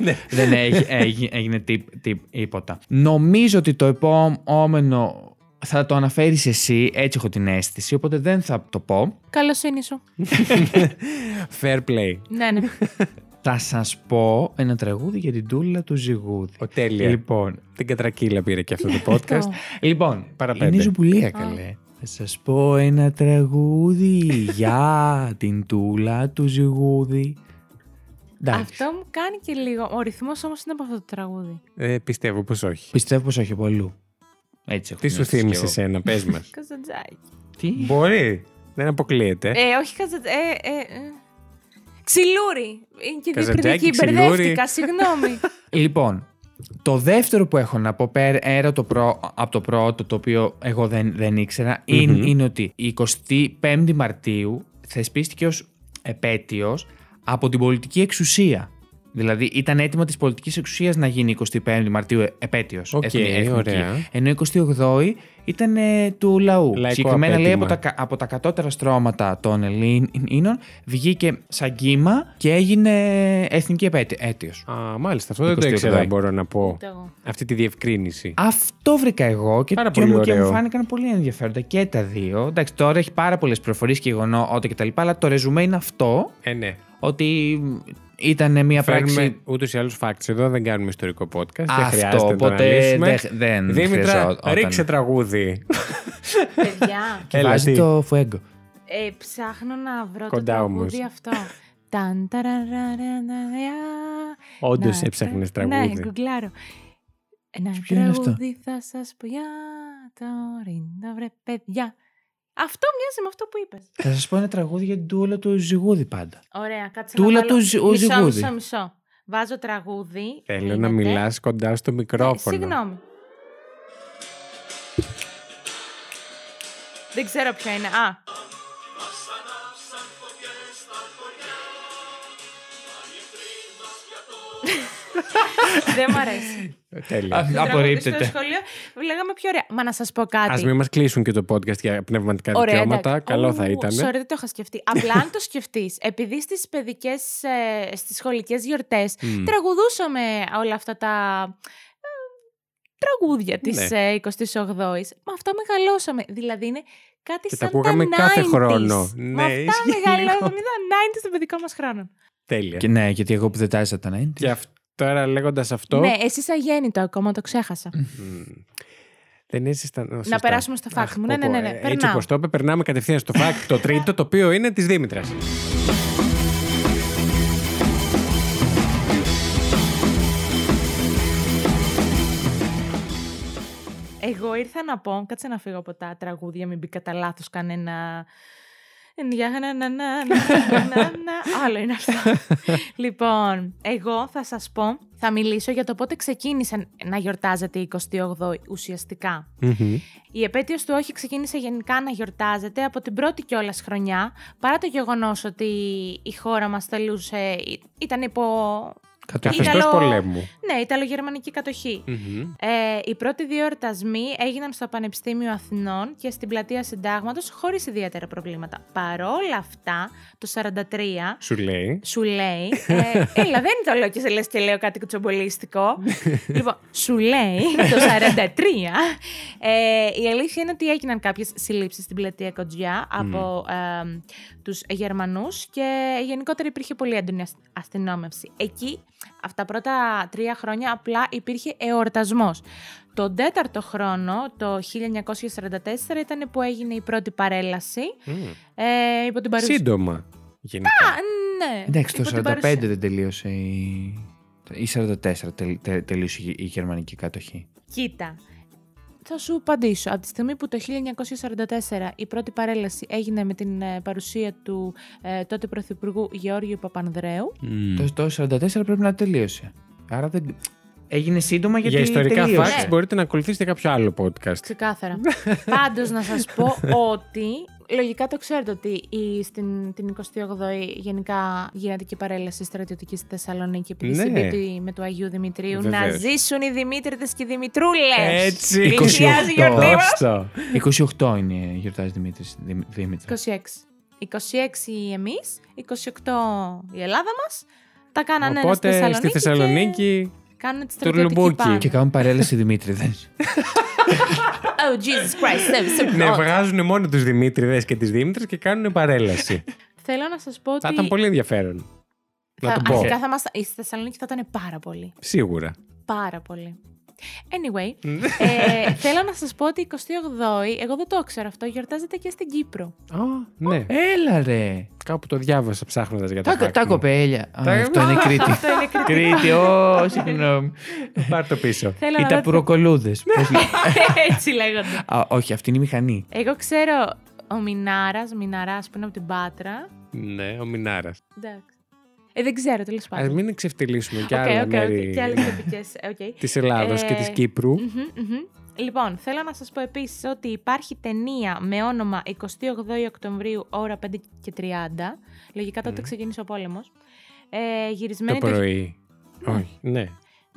[SPEAKER 1] Ναι.
[SPEAKER 3] Δεν έγι- έγι- έγινε τί- τί- τίποτα. Νομίζω ότι το επόμενο θα το αναφέρεις εσύ, έτσι έχω την αίσθηση, οπότε δεν θα το πω.
[SPEAKER 2] Καλοσύνη σου.
[SPEAKER 1] Fair play.
[SPEAKER 2] ναι, ναι.
[SPEAKER 3] Θα σας πω ένα τραγούδι για την τούλα του ζυγούδι.
[SPEAKER 1] Ο τέλεια.
[SPEAKER 3] Λοιπόν,
[SPEAKER 1] Την κατρακύλα πήρε και αυτό το podcast.
[SPEAKER 3] Λοιπόν,
[SPEAKER 1] Παραπέντε.
[SPEAKER 3] είναι ζουμπουλία καλέ. Θα σας πω ένα τραγούδι για την τούλα του ζυγούδι. Εντάξει.
[SPEAKER 2] Αυτό μου κάνει και λίγο. Ο ρυθμός όμως είναι από αυτό το τραγούδι.
[SPEAKER 1] ε, πιστεύω πως όχι.
[SPEAKER 3] Πιστεύω πως όχι πολλού. Έτσι έχω
[SPEAKER 1] Τι σου
[SPEAKER 3] νιώσει κι
[SPEAKER 1] θύμισε
[SPEAKER 3] εγώ.
[SPEAKER 1] εσένα, πες μας.
[SPEAKER 2] Καζατζάκι.
[SPEAKER 3] Τι.
[SPEAKER 1] Μπορεί. Δεν αποκλείεται.
[SPEAKER 2] Ε, όχι καζατζάκι. Ε, ε, ε. Ξυλούρι. Είναι και
[SPEAKER 1] Καζατζάκι,
[SPEAKER 2] διακριτική.
[SPEAKER 1] ξυλούρι.
[SPEAKER 2] Μπερδεύτηκα, συγγνώμη.
[SPEAKER 3] Λοιπόν, το δεύτερο που έχω να πω πέρα το προ- από το πρώτο, το οποίο εγώ δεν, δεν ήξερα, είναι,
[SPEAKER 1] Μμμ.
[SPEAKER 3] είναι ότι η 25η Μαρτίου θεσπίστηκε ως επέτειος από την πολιτική εξουσία. Δηλαδή ήταν έτοιμο της πολιτικής εξουσίας να γίνει 25η Μαρτίου ε- επέτειος.
[SPEAKER 1] Οκ,
[SPEAKER 3] εθνη- εθνική.
[SPEAKER 1] ωραία.
[SPEAKER 3] Ενώ 28η ήταν ε, του λαού.
[SPEAKER 1] Λαϊκό
[SPEAKER 3] Συγκεκριμένα λέει από
[SPEAKER 1] απέτημα.
[SPEAKER 3] τα, κα- από τα κατώτερα στρώματα των Ελλήνων βγήκε σαν κύμα και έγινε εθνική επέτειο. έτειος.
[SPEAKER 1] Α, μάλιστα. Αυτό δεν το
[SPEAKER 3] 28.
[SPEAKER 1] ήξερα, μπορώ να πω.
[SPEAKER 2] Ούτε εγώ.
[SPEAKER 1] Αυτή τη διευκρίνηση.
[SPEAKER 3] Αυτό βρήκα εγώ και,
[SPEAKER 1] Πάρα
[SPEAKER 3] και,
[SPEAKER 1] πολύ
[SPEAKER 3] μου, και
[SPEAKER 1] ωραίο.
[SPEAKER 3] μου φάνηκαν πολύ ενδιαφέροντα και τα δύο. Εντάξει, τώρα έχει πάρα πολλές πληροφορίε και γεγονότα κτλ. Αλλά το ρεζουμέ είναι αυτό,
[SPEAKER 1] Ε, ναι.
[SPEAKER 3] ότι ήταν μια πράξη.
[SPEAKER 1] Φέρνουμε ούτως ή άλλως facts εδώ, δεν κάνουμε ιστορικό podcast. δεν
[SPEAKER 3] Αυτό,
[SPEAKER 1] χρειάζεται να το
[SPEAKER 3] οπότε
[SPEAKER 1] αναλύσουμε.
[SPEAKER 3] δεν- δεν
[SPEAKER 1] Δήμητρα,
[SPEAKER 3] χρειαζόταν.
[SPEAKER 1] ρίξε τραγούδι.
[SPEAKER 2] Παιδιά,
[SPEAKER 1] Έλα,
[SPEAKER 3] Βάζει
[SPEAKER 1] τι.
[SPEAKER 3] το φουέγκο.
[SPEAKER 2] ε, ψάχνω να βρω το
[SPEAKER 1] Κοντά
[SPEAKER 2] τραγούδι
[SPEAKER 1] όμως.
[SPEAKER 2] αυτό. Ταν, ταραραραραραριά.
[SPEAKER 1] Όντως
[SPEAKER 2] Να,
[SPEAKER 1] έψαχνες
[SPEAKER 2] τα-
[SPEAKER 1] τραγούδι.
[SPEAKER 2] Ναι, γκουγκλάρω. Ένα
[SPEAKER 3] ποιο είναι αυτό?
[SPEAKER 2] τραγούδι θα σας πω για το ρίντα, βρε παιδιά. Αυτό μοιάζει με αυτό που είπες.
[SPEAKER 3] Θα σας πω ένα τραγούδι για την τούλα του ζυγούδι πάντα.
[SPEAKER 2] Ωραία, κάτσε
[SPEAKER 3] Τούλα
[SPEAKER 2] να βάλω...
[SPEAKER 3] του ζυ- ο
[SPEAKER 2] μισό,
[SPEAKER 3] ζυγούδι.
[SPEAKER 2] μισό, μισό. Βάζω τραγούδι.
[SPEAKER 1] Θέλω να
[SPEAKER 2] γίνεται.
[SPEAKER 1] μιλάς κοντά στο
[SPEAKER 2] Ναι,
[SPEAKER 1] μικρόφωνο.
[SPEAKER 2] Συγγνώμη. Δεν ξέρω ποιο είναι. Α, δεν μου αρέσει.
[SPEAKER 1] Ε, Τέλεια.
[SPEAKER 2] Το τραγούδι Στο σχολείο λέγαμε πιο ωραία. Μα να σας πω
[SPEAKER 1] Α
[SPEAKER 2] κάτι.
[SPEAKER 1] μην μας κλείσουν και το podcast για πνευματικά δικαιώματα.
[SPEAKER 2] εντάξει.
[SPEAKER 1] Καλό θα
[SPEAKER 2] Ου,
[SPEAKER 1] ήταν.
[SPEAKER 2] Sorry, δεν το είχα σκεφτεί. Απλά αν το σκεφτείς, επειδή στις παιδικές, ε, στις σχολικές γιορτές
[SPEAKER 1] Μμ.
[SPEAKER 2] τραγουδούσαμε όλα αυτά τα ε, τραγούδια της
[SPEAKER 1] Ναι.
[SPEAKER 2] ε, 28ης. Με αυτά μεγαλώσαμε. Δηλαδή είναι κάτι
[SPEAKER 1] Και τα
[SPEAKER 2] σαν
[SPEAKER 1] ακούγαμε
[SPEAKER 2] τα 90's.
[SPEAKER 1] κάθε χρόνο.
[SPEAKER 2] Με
[SPEAKER 1] Ναι,
[SPEAKER 2] αυτά
[SPEAKER 1] ισχύει λίγο.
[SPEAKER 2] μεγαλώσαμε. Ήταν 90's των παιδικών μας χρόνων.
[SPEAKER 1] Τέλεια.
[SPEAKER 3] Και
[SPEAKER 1] Και,
[SPEAKER 3] ναι, γιατί εγώ που δεν τάζα τα 90.
[SPEAKER 1] αυ- τώρα λέγοντας αυτό.
[SPEAKER 2] Ναι, εσύ είσαι αγέννητο ακόμα, το ξέχασα.
[SPEAKER 1] Μμ. Δεν είσαι στα... Να
[SPEAKER 2] περάσουμε στα facts μου. Ναι, ναι, ναι, ναι.
[SPEAKER 1] ε, Έτσι
[SPEAKER 2] Περνάω.
[SPEAKER 1] όπως το είπε, περνάμε κατευθείαν στο fact το τρίτο, το οποίο είναι της Δήμητρας.
[SPEAKER 2] Εγώ ήρθα να πω, κάτσε να φύγω από τα τραγούδια, μην μπει κατά λάθος κανένα. Για να- να- να- να- να- να- να. Άλλο είναι αυτό. λοιπόν, εγώ θα σας πω, θα μιλήσω για το πότε ξεκίνησε να γιορτάζεται η 28η ουσιαστικά.
[SPEAKER 1] Μμμ.
[SPEAKER 2] Η επέτειος του όχι ξεκίνησε γενικά να γιορτάζεται από την πρώτη κιόλας χρονιά, παρά το γεγονός ότι η χώρα μας θελούσε, ήταν υπό...
[SPEAKER 1] Καθεστώ
[SPEAKER 2] Ήταλο-
[SPEAKER 1] πολέμου.
[SPEAKER 2] Ναι, Ιταλογερμανική κατοχή.
[SPEAKER 1] Μμμ.
[SPEAKER 2] Ε, οι πρώτοι δύο εορτασμοί έγιναν στο Πανεπιστήμιο Αθηνών και στην πλατεία Συντάγματος χωρίς ιδιαίτερα προβλήματα. Παρόλα αυτά, το 43
[SPEAKER 1] Σου λέει.
[SPEAKER 2] σου λέει. Ε, έλα, δεν το λέω και σε λες και λέω κάτι κουτσομπολίστικο. λοιπόν, σου λέει το 43. Ε, η αλήθεια είναι ότι έγιναν κάποιες συλλήψεις στην πλατεία Κοντζιά από ε, τους Γερμανούς και γενικότερα υπήρχε πολύ έντονη ασ- αστυνόμευση. Εκεί αυτά τα πρώτα τρία χρόνια απλά υπήρχε εορτασμός. Τον τέταρτο χρόνο, το 1944, ήταν που έγινε η πρώτη παρέλαση
[SPEAKER 1] Μμ.
[SPEAKER 2] ε, υπό την παρουσία...
[SPEAKER 1] Σύντομα. Γενικά.
[SPEAKER 2] Α, ναι.
[SPEAKER 3] Εντάξει,
[SPEAKER 2] υπό
[SPEAKER 3] το
[SPEAKER 2] την
[SPEAKER 3] 45
[SPEAKER 2] παρουσία-
[SPEAKER 3] δεν τελείωσε η. ή 44 τελ- τε- τελείωσε η η γερμανική κατοχή.
[SPEAKER 2] Κοίτα. Θα σου απαντήσω. Από τη στιγμή που το 1944 η πρώτη παρέλαση έγινε με την ε, παρουσία του ε, τότε Πρωθυπουργού Γεώργιου Παπανδρέου.
[SPEAKER 1] Μμ.
[SPEAKER 3] Το, το 44 πρέπει να τελείωσε. Άρα δεν. Έγινε σύντομα γιατί
[SPEAKER 1] Για ιστορικά
[SPEAKER 3] τελείωσε.
[SPEAKER 1] facts
[SPEAKER 2] Ναι.
[SPEAKER 1] μπορείτε να ακολουθήσετε κάποιο άλλο podcast.
[SPEAKER 2] Ξεκάθαρα. Πάντως να σας πω ότι Λογικά το ξέρετε ότι η, στην την 28η γενικά γίνεται και παρέλαση στρατιωτικής στη Θεσσαλονίκη επειδή
[SPEAKER 1] Ναι.
[SPEAKER 2] συμπίπτει με του Αγίου Δημητρίου. Να
[SPEAKER 1] Βεβαίως.
[SPEAKER 2] ζήσουν οι Δημήτριδες και οι Δημητρούλες.
[SPEAKER 1] Έτσι.
[SPEAKER 2] Πλησιάζει η
[SPEAKER 3] 28.
[SPEAKER 2] γιορτή μας.
[SPEAKER 1] Αυτό.
[SPEAKER 3] 28 είναι γιορτάζει Δημήτρης, Δη- Δήμητρα.
[SPEAKER 2] 26. 26 εμείς, 28 η Ελλάδα μας. Τα κάνανε ένας στη
[SPEAKER 1] Οπότε
[SPEAKER 2] Θεσσαλονίκη.
[SPEAKER 1] στη Θεσσαλονίκη.
[SPEAKER 2] Και... Κάνουν τη
[SPEAKER 1] Τουρλουμπούκι.
[SPEAKER 2] στρατιωτική πάνω.
[SPEAKER 3] Και κάνουν παρέλαση Δημήτριδες.
[SPEAKER 2] Oh, Jesus Christ, that was so
[SPEAKER 1] Ναι,
[SPEAKER 2] hot.
[SPEAKER 1] βγάζουν μόνο τους Δημήτριδε και τις Δήμητρες και κάνουν παρέλαση.
[SPEAKER 2] Θέλω να σας πω ότι...
[SPEAKER 1] θα ήταν πολύ ενδιαφέρον.
[SPEAKER 2] θα-
[SPEAKER 1] να το πω. Ναι.
[SPEAKER 2] Αρχικά θα μας... η Θεσσαλονίκη θα ήταν πάρα πολύ.
[SPEAKER 1] Σίγουρα.
[SPEAKER 2] Πάρα πολύ. Anyway,
[SPEAKER 1] Ναι.
[SPEAKER 2] ε, θέλω να σας πω ότι η 28η, εγώ δεν το ξέρω αυτό, γιορτάζεται και στην Κύπρο.
[SPEAKER 1] Α, ναι.
[SPEAKER 3] Έλα ρε.
[SPEAKER 1] Κάπου το διάβασα ψάχνοντας για
[SPEAKER 3] Τα,
[SPEAKER 1] τα
[SPEAKER 3] τα κοπέλια. Α,
[SPEAKER 1] Τα-
[SPEAKER 3] Αυτό είναι Κρήτη.
[SPEAKER 2] Αυτό είναι κριτικό.
[SPEAKER 3] Κρίτη, ω, συγγνώμη.
[SPEAKER 1] Πάρ το πίσω.
[SPEAKER 2] Θέλω
[SPEAKER 3] Ή
[SPEAKER 2] να
[SPEAKER 3] τα
[SPEAKER 2] δω-
[SPEAKER 3] πουροκολούδες. Πώς λέ-
[SPEAKER 2] Έτσι λέγονται.
[SPEAKER 3] Α, όχι, αυτή είναι η μηχανή.
[SPEAKER 2] Εγώ ξέρω ο Μινάρας, Μιναράς που είναι από την Πάτρα.
[SPEAKER 1] ναι, ο Μινάρας.
[SPEAKER 2] Εντάξει. Ε, δεν ξέρω, τέλος
[SPEAKER 1] Α
[SPEAKER 2] πάντων.
[SPEAKER 1] μην ξεφτυλίσουμε κι
[SPEAKER 2] Οκ,
[SPEAKER 1] άλλα
[SPEAKER 2] οκ, οκ,
[SPEAKER 1] μέρη
[SPEAKER 2] Και άλλες τοπικές. Okay.
[SPEAKER 1] της Ελλάδος και τη
[SPEAKER 2] Ε,
[SPEAKER 1] Κύπρου.
[SPEAKER 2] Λοιπόν, θέλω να σας πω επίσης ότι υπάρχει ταινία με όνομα 28 Οκτωβρίου, ώρα 5 και 30. Λογικά τότε ξεκίνησε ο πόλεμος. Ε,
[SPEAKER 1] Το
[SPEAKER 2] γυρισμένη
[SPEAKER 1] πρωί. Όχι, ναι.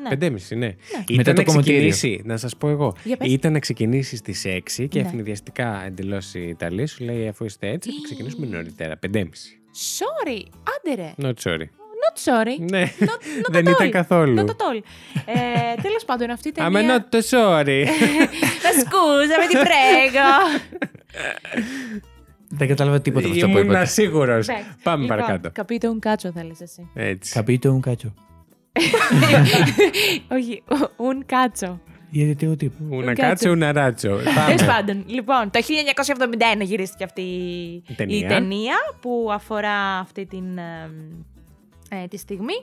[SPEAKER 2] Ναι.
[SPEAKER 1] Πεντέμιση, ναι.
[SPEAKER 3] Μετά
[SPEAKER 1] Ήταν
[SPEAKER 3] το
[SPEAKER 1] να
[SPEAKER 3] κομμωτήριο.
[SPEAKER 1] ξεκινήσει, να σας πω εγώ.
[SPEAKER 2] Για πες.
[SPEAKER 1] Ήταν να ξεκινήσει στις 6 και
[SPEAKER 2] Ναι. Ε.
[SPEAKER 1] ευνηδιαστικά εντελώς η Ιταλία σου λέει: Αφού είστε έτσι, θα ξεκινήσουμε νωρίτερα. Πεντέμιση.
[SPEAKER 2] Sorry, άντε ρε.
[SPEAKER 1] Not sorry.
[SPEAKER 2] Not sorry.
[SPEAKER 1] Ναι,
[SPEAKER 2] Ε, Not
[SPEAKER 1] δεν
[SPEAKER 2] at
[SPEAKER 1] ήταν
[SPEAKER 2] all.
[SPEAKER 1] καθόλου.
[SPEAKER 2] Not at all. Ε, τέλος πάντων, αυτή η
[SPEAKER 1] Αμέ,
[SPEAKER 2] ταινία...
[SPEAKER 1] not sorry.
[SPEAKER 2] Ε. Τα σκούζα, με την πρέγω.
[SPEAKER 3] Δεν κατάλαβα τίποτα από αυτό που
[SPEAKER 1] Ήμουν
[SPEAKER 3] είπατε.
[SPEAKER 1] σίγουρος.
[SPEAKER 2] Εντάξει.
[SPEAKER 1] Πάμε
[SPEAKER 2] Λοιπόν,
[SPEAKER 1] παρακάτω.
[SPEAKER 2] Καπίτο un cacho θα λες εσύ.
[SPEAKER 1] Έτσι.
[SPEAKER 3] Καπίτο μου κάτσο.
[SPEAKER 2] Όχι, un cacho.
[SPEAKER 3] Γιατί ο τύπο.
[SPEAKER 1] Ούνα
[SPEAKER 2] κάτσε. Ε.
[SPEAKER 1] κάτσε, ούνα ράτσο.
[SPEAKER 2] Τέλος
[SPEAKER 1] Πάμε.
[SPEAKER 2] πάντων, λοιπόν, το 1971 γυρίστηκε αυτή η-
[SPEAKER 1] Η ταινία.
[SPEAKER 2] η ταινία που αφορά αυτή την, εμ, ε, τη στιγμή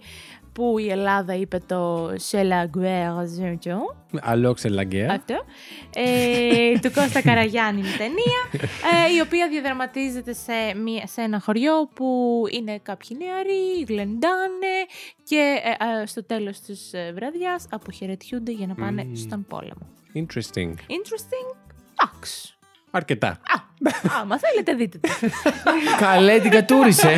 [SPEAKER 2] που η Ελλάδα είπε το «C'est la guerre, Giorgio».
[SPEAKER 1] Αλόξε λαγκαία.
[SPEAKER 2] Αυτό. Ε, του Κώστα Καραγιάννη η ταινία, ε, η οποία διαδραματίζεται σε, μία, σε ένα χωριό που είναι κάποιοι νεαροί, γλεντάνε και ε, ε, στο τέλος της ε, βραδιάς αποχαιρετιούνται για να πάνε
[SPEAKER 1] Μμμ.
[SPEAKER 2] στον πόλεμο.
[SPEAKER 1] Interesting.
[SPEAKER 2] Interesting. Εντάξει.
[SPEAKER 1] Αρκετά.
[SPEAKER 2] Α, άμα θέλετε δείτε το.
[SPEAKER 3] Καλέ την κατούρισε.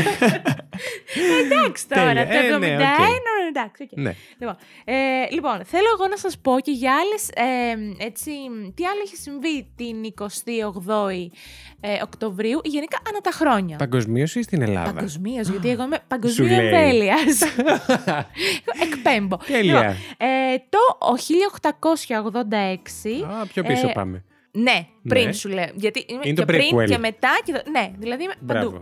[SPEAKER 2] εντάξει τώρα,
[SPEAKER 1] Τέλεια.
[SPEAKER 2] το
[SPEAKER 1] Ε, ναι,
[SPEAKER 2] 71,
[SPEAKER 1] οκ.
[SPEAKER 2] εντάξει. οκ.
[SPEAKER 1] Ναι.
[SPEAKER 2] Λοιπόν, ε, λοιπόν, θέλω εγώ να σας πω και για άλλες, ε, έτσι, τι άλλο έχει συμβεί την 28η ε, Οκτωβρίου, γενικά ανά τα χρόνια.
[SPEAKER 1] Παγκοσμίως ή στην Ελλάδα.
[SPEAKER 2] Παγκοσμίως, γιατί εγώ είμαι παγκοσμίου
[SPEAKER 1] λέει.
[SPEAKER 2] εμβέλειας. Εκπέμπω.
[SPEAKER 1] Τέλεια.
[SPEAKER 2] Λοιπόν, ε, το 1886.
[SPEAKER 1] Α, πιο πίσω
[SPEAKER 2] Ε,
[SPEAKER 1] πάμε.
[SPEAKER 2] Ναι, πριν
[SPEAKER 1] Ναι.
[SPEAKER 2] σου λέω. Γιατί είμαι
[SPEAKER 1] Είναι
[SPEAKER 2] και
[SPEAKER 1] το
[SPEAKER 2] πριν
[SPEAKER 1] prequel.
[SPEAKER 2] και μετά. Και... δο- Ναι, δηλαδή είμαι
[SPEAKER 1] Μπράβο.
[SPEAKER 2] παντού.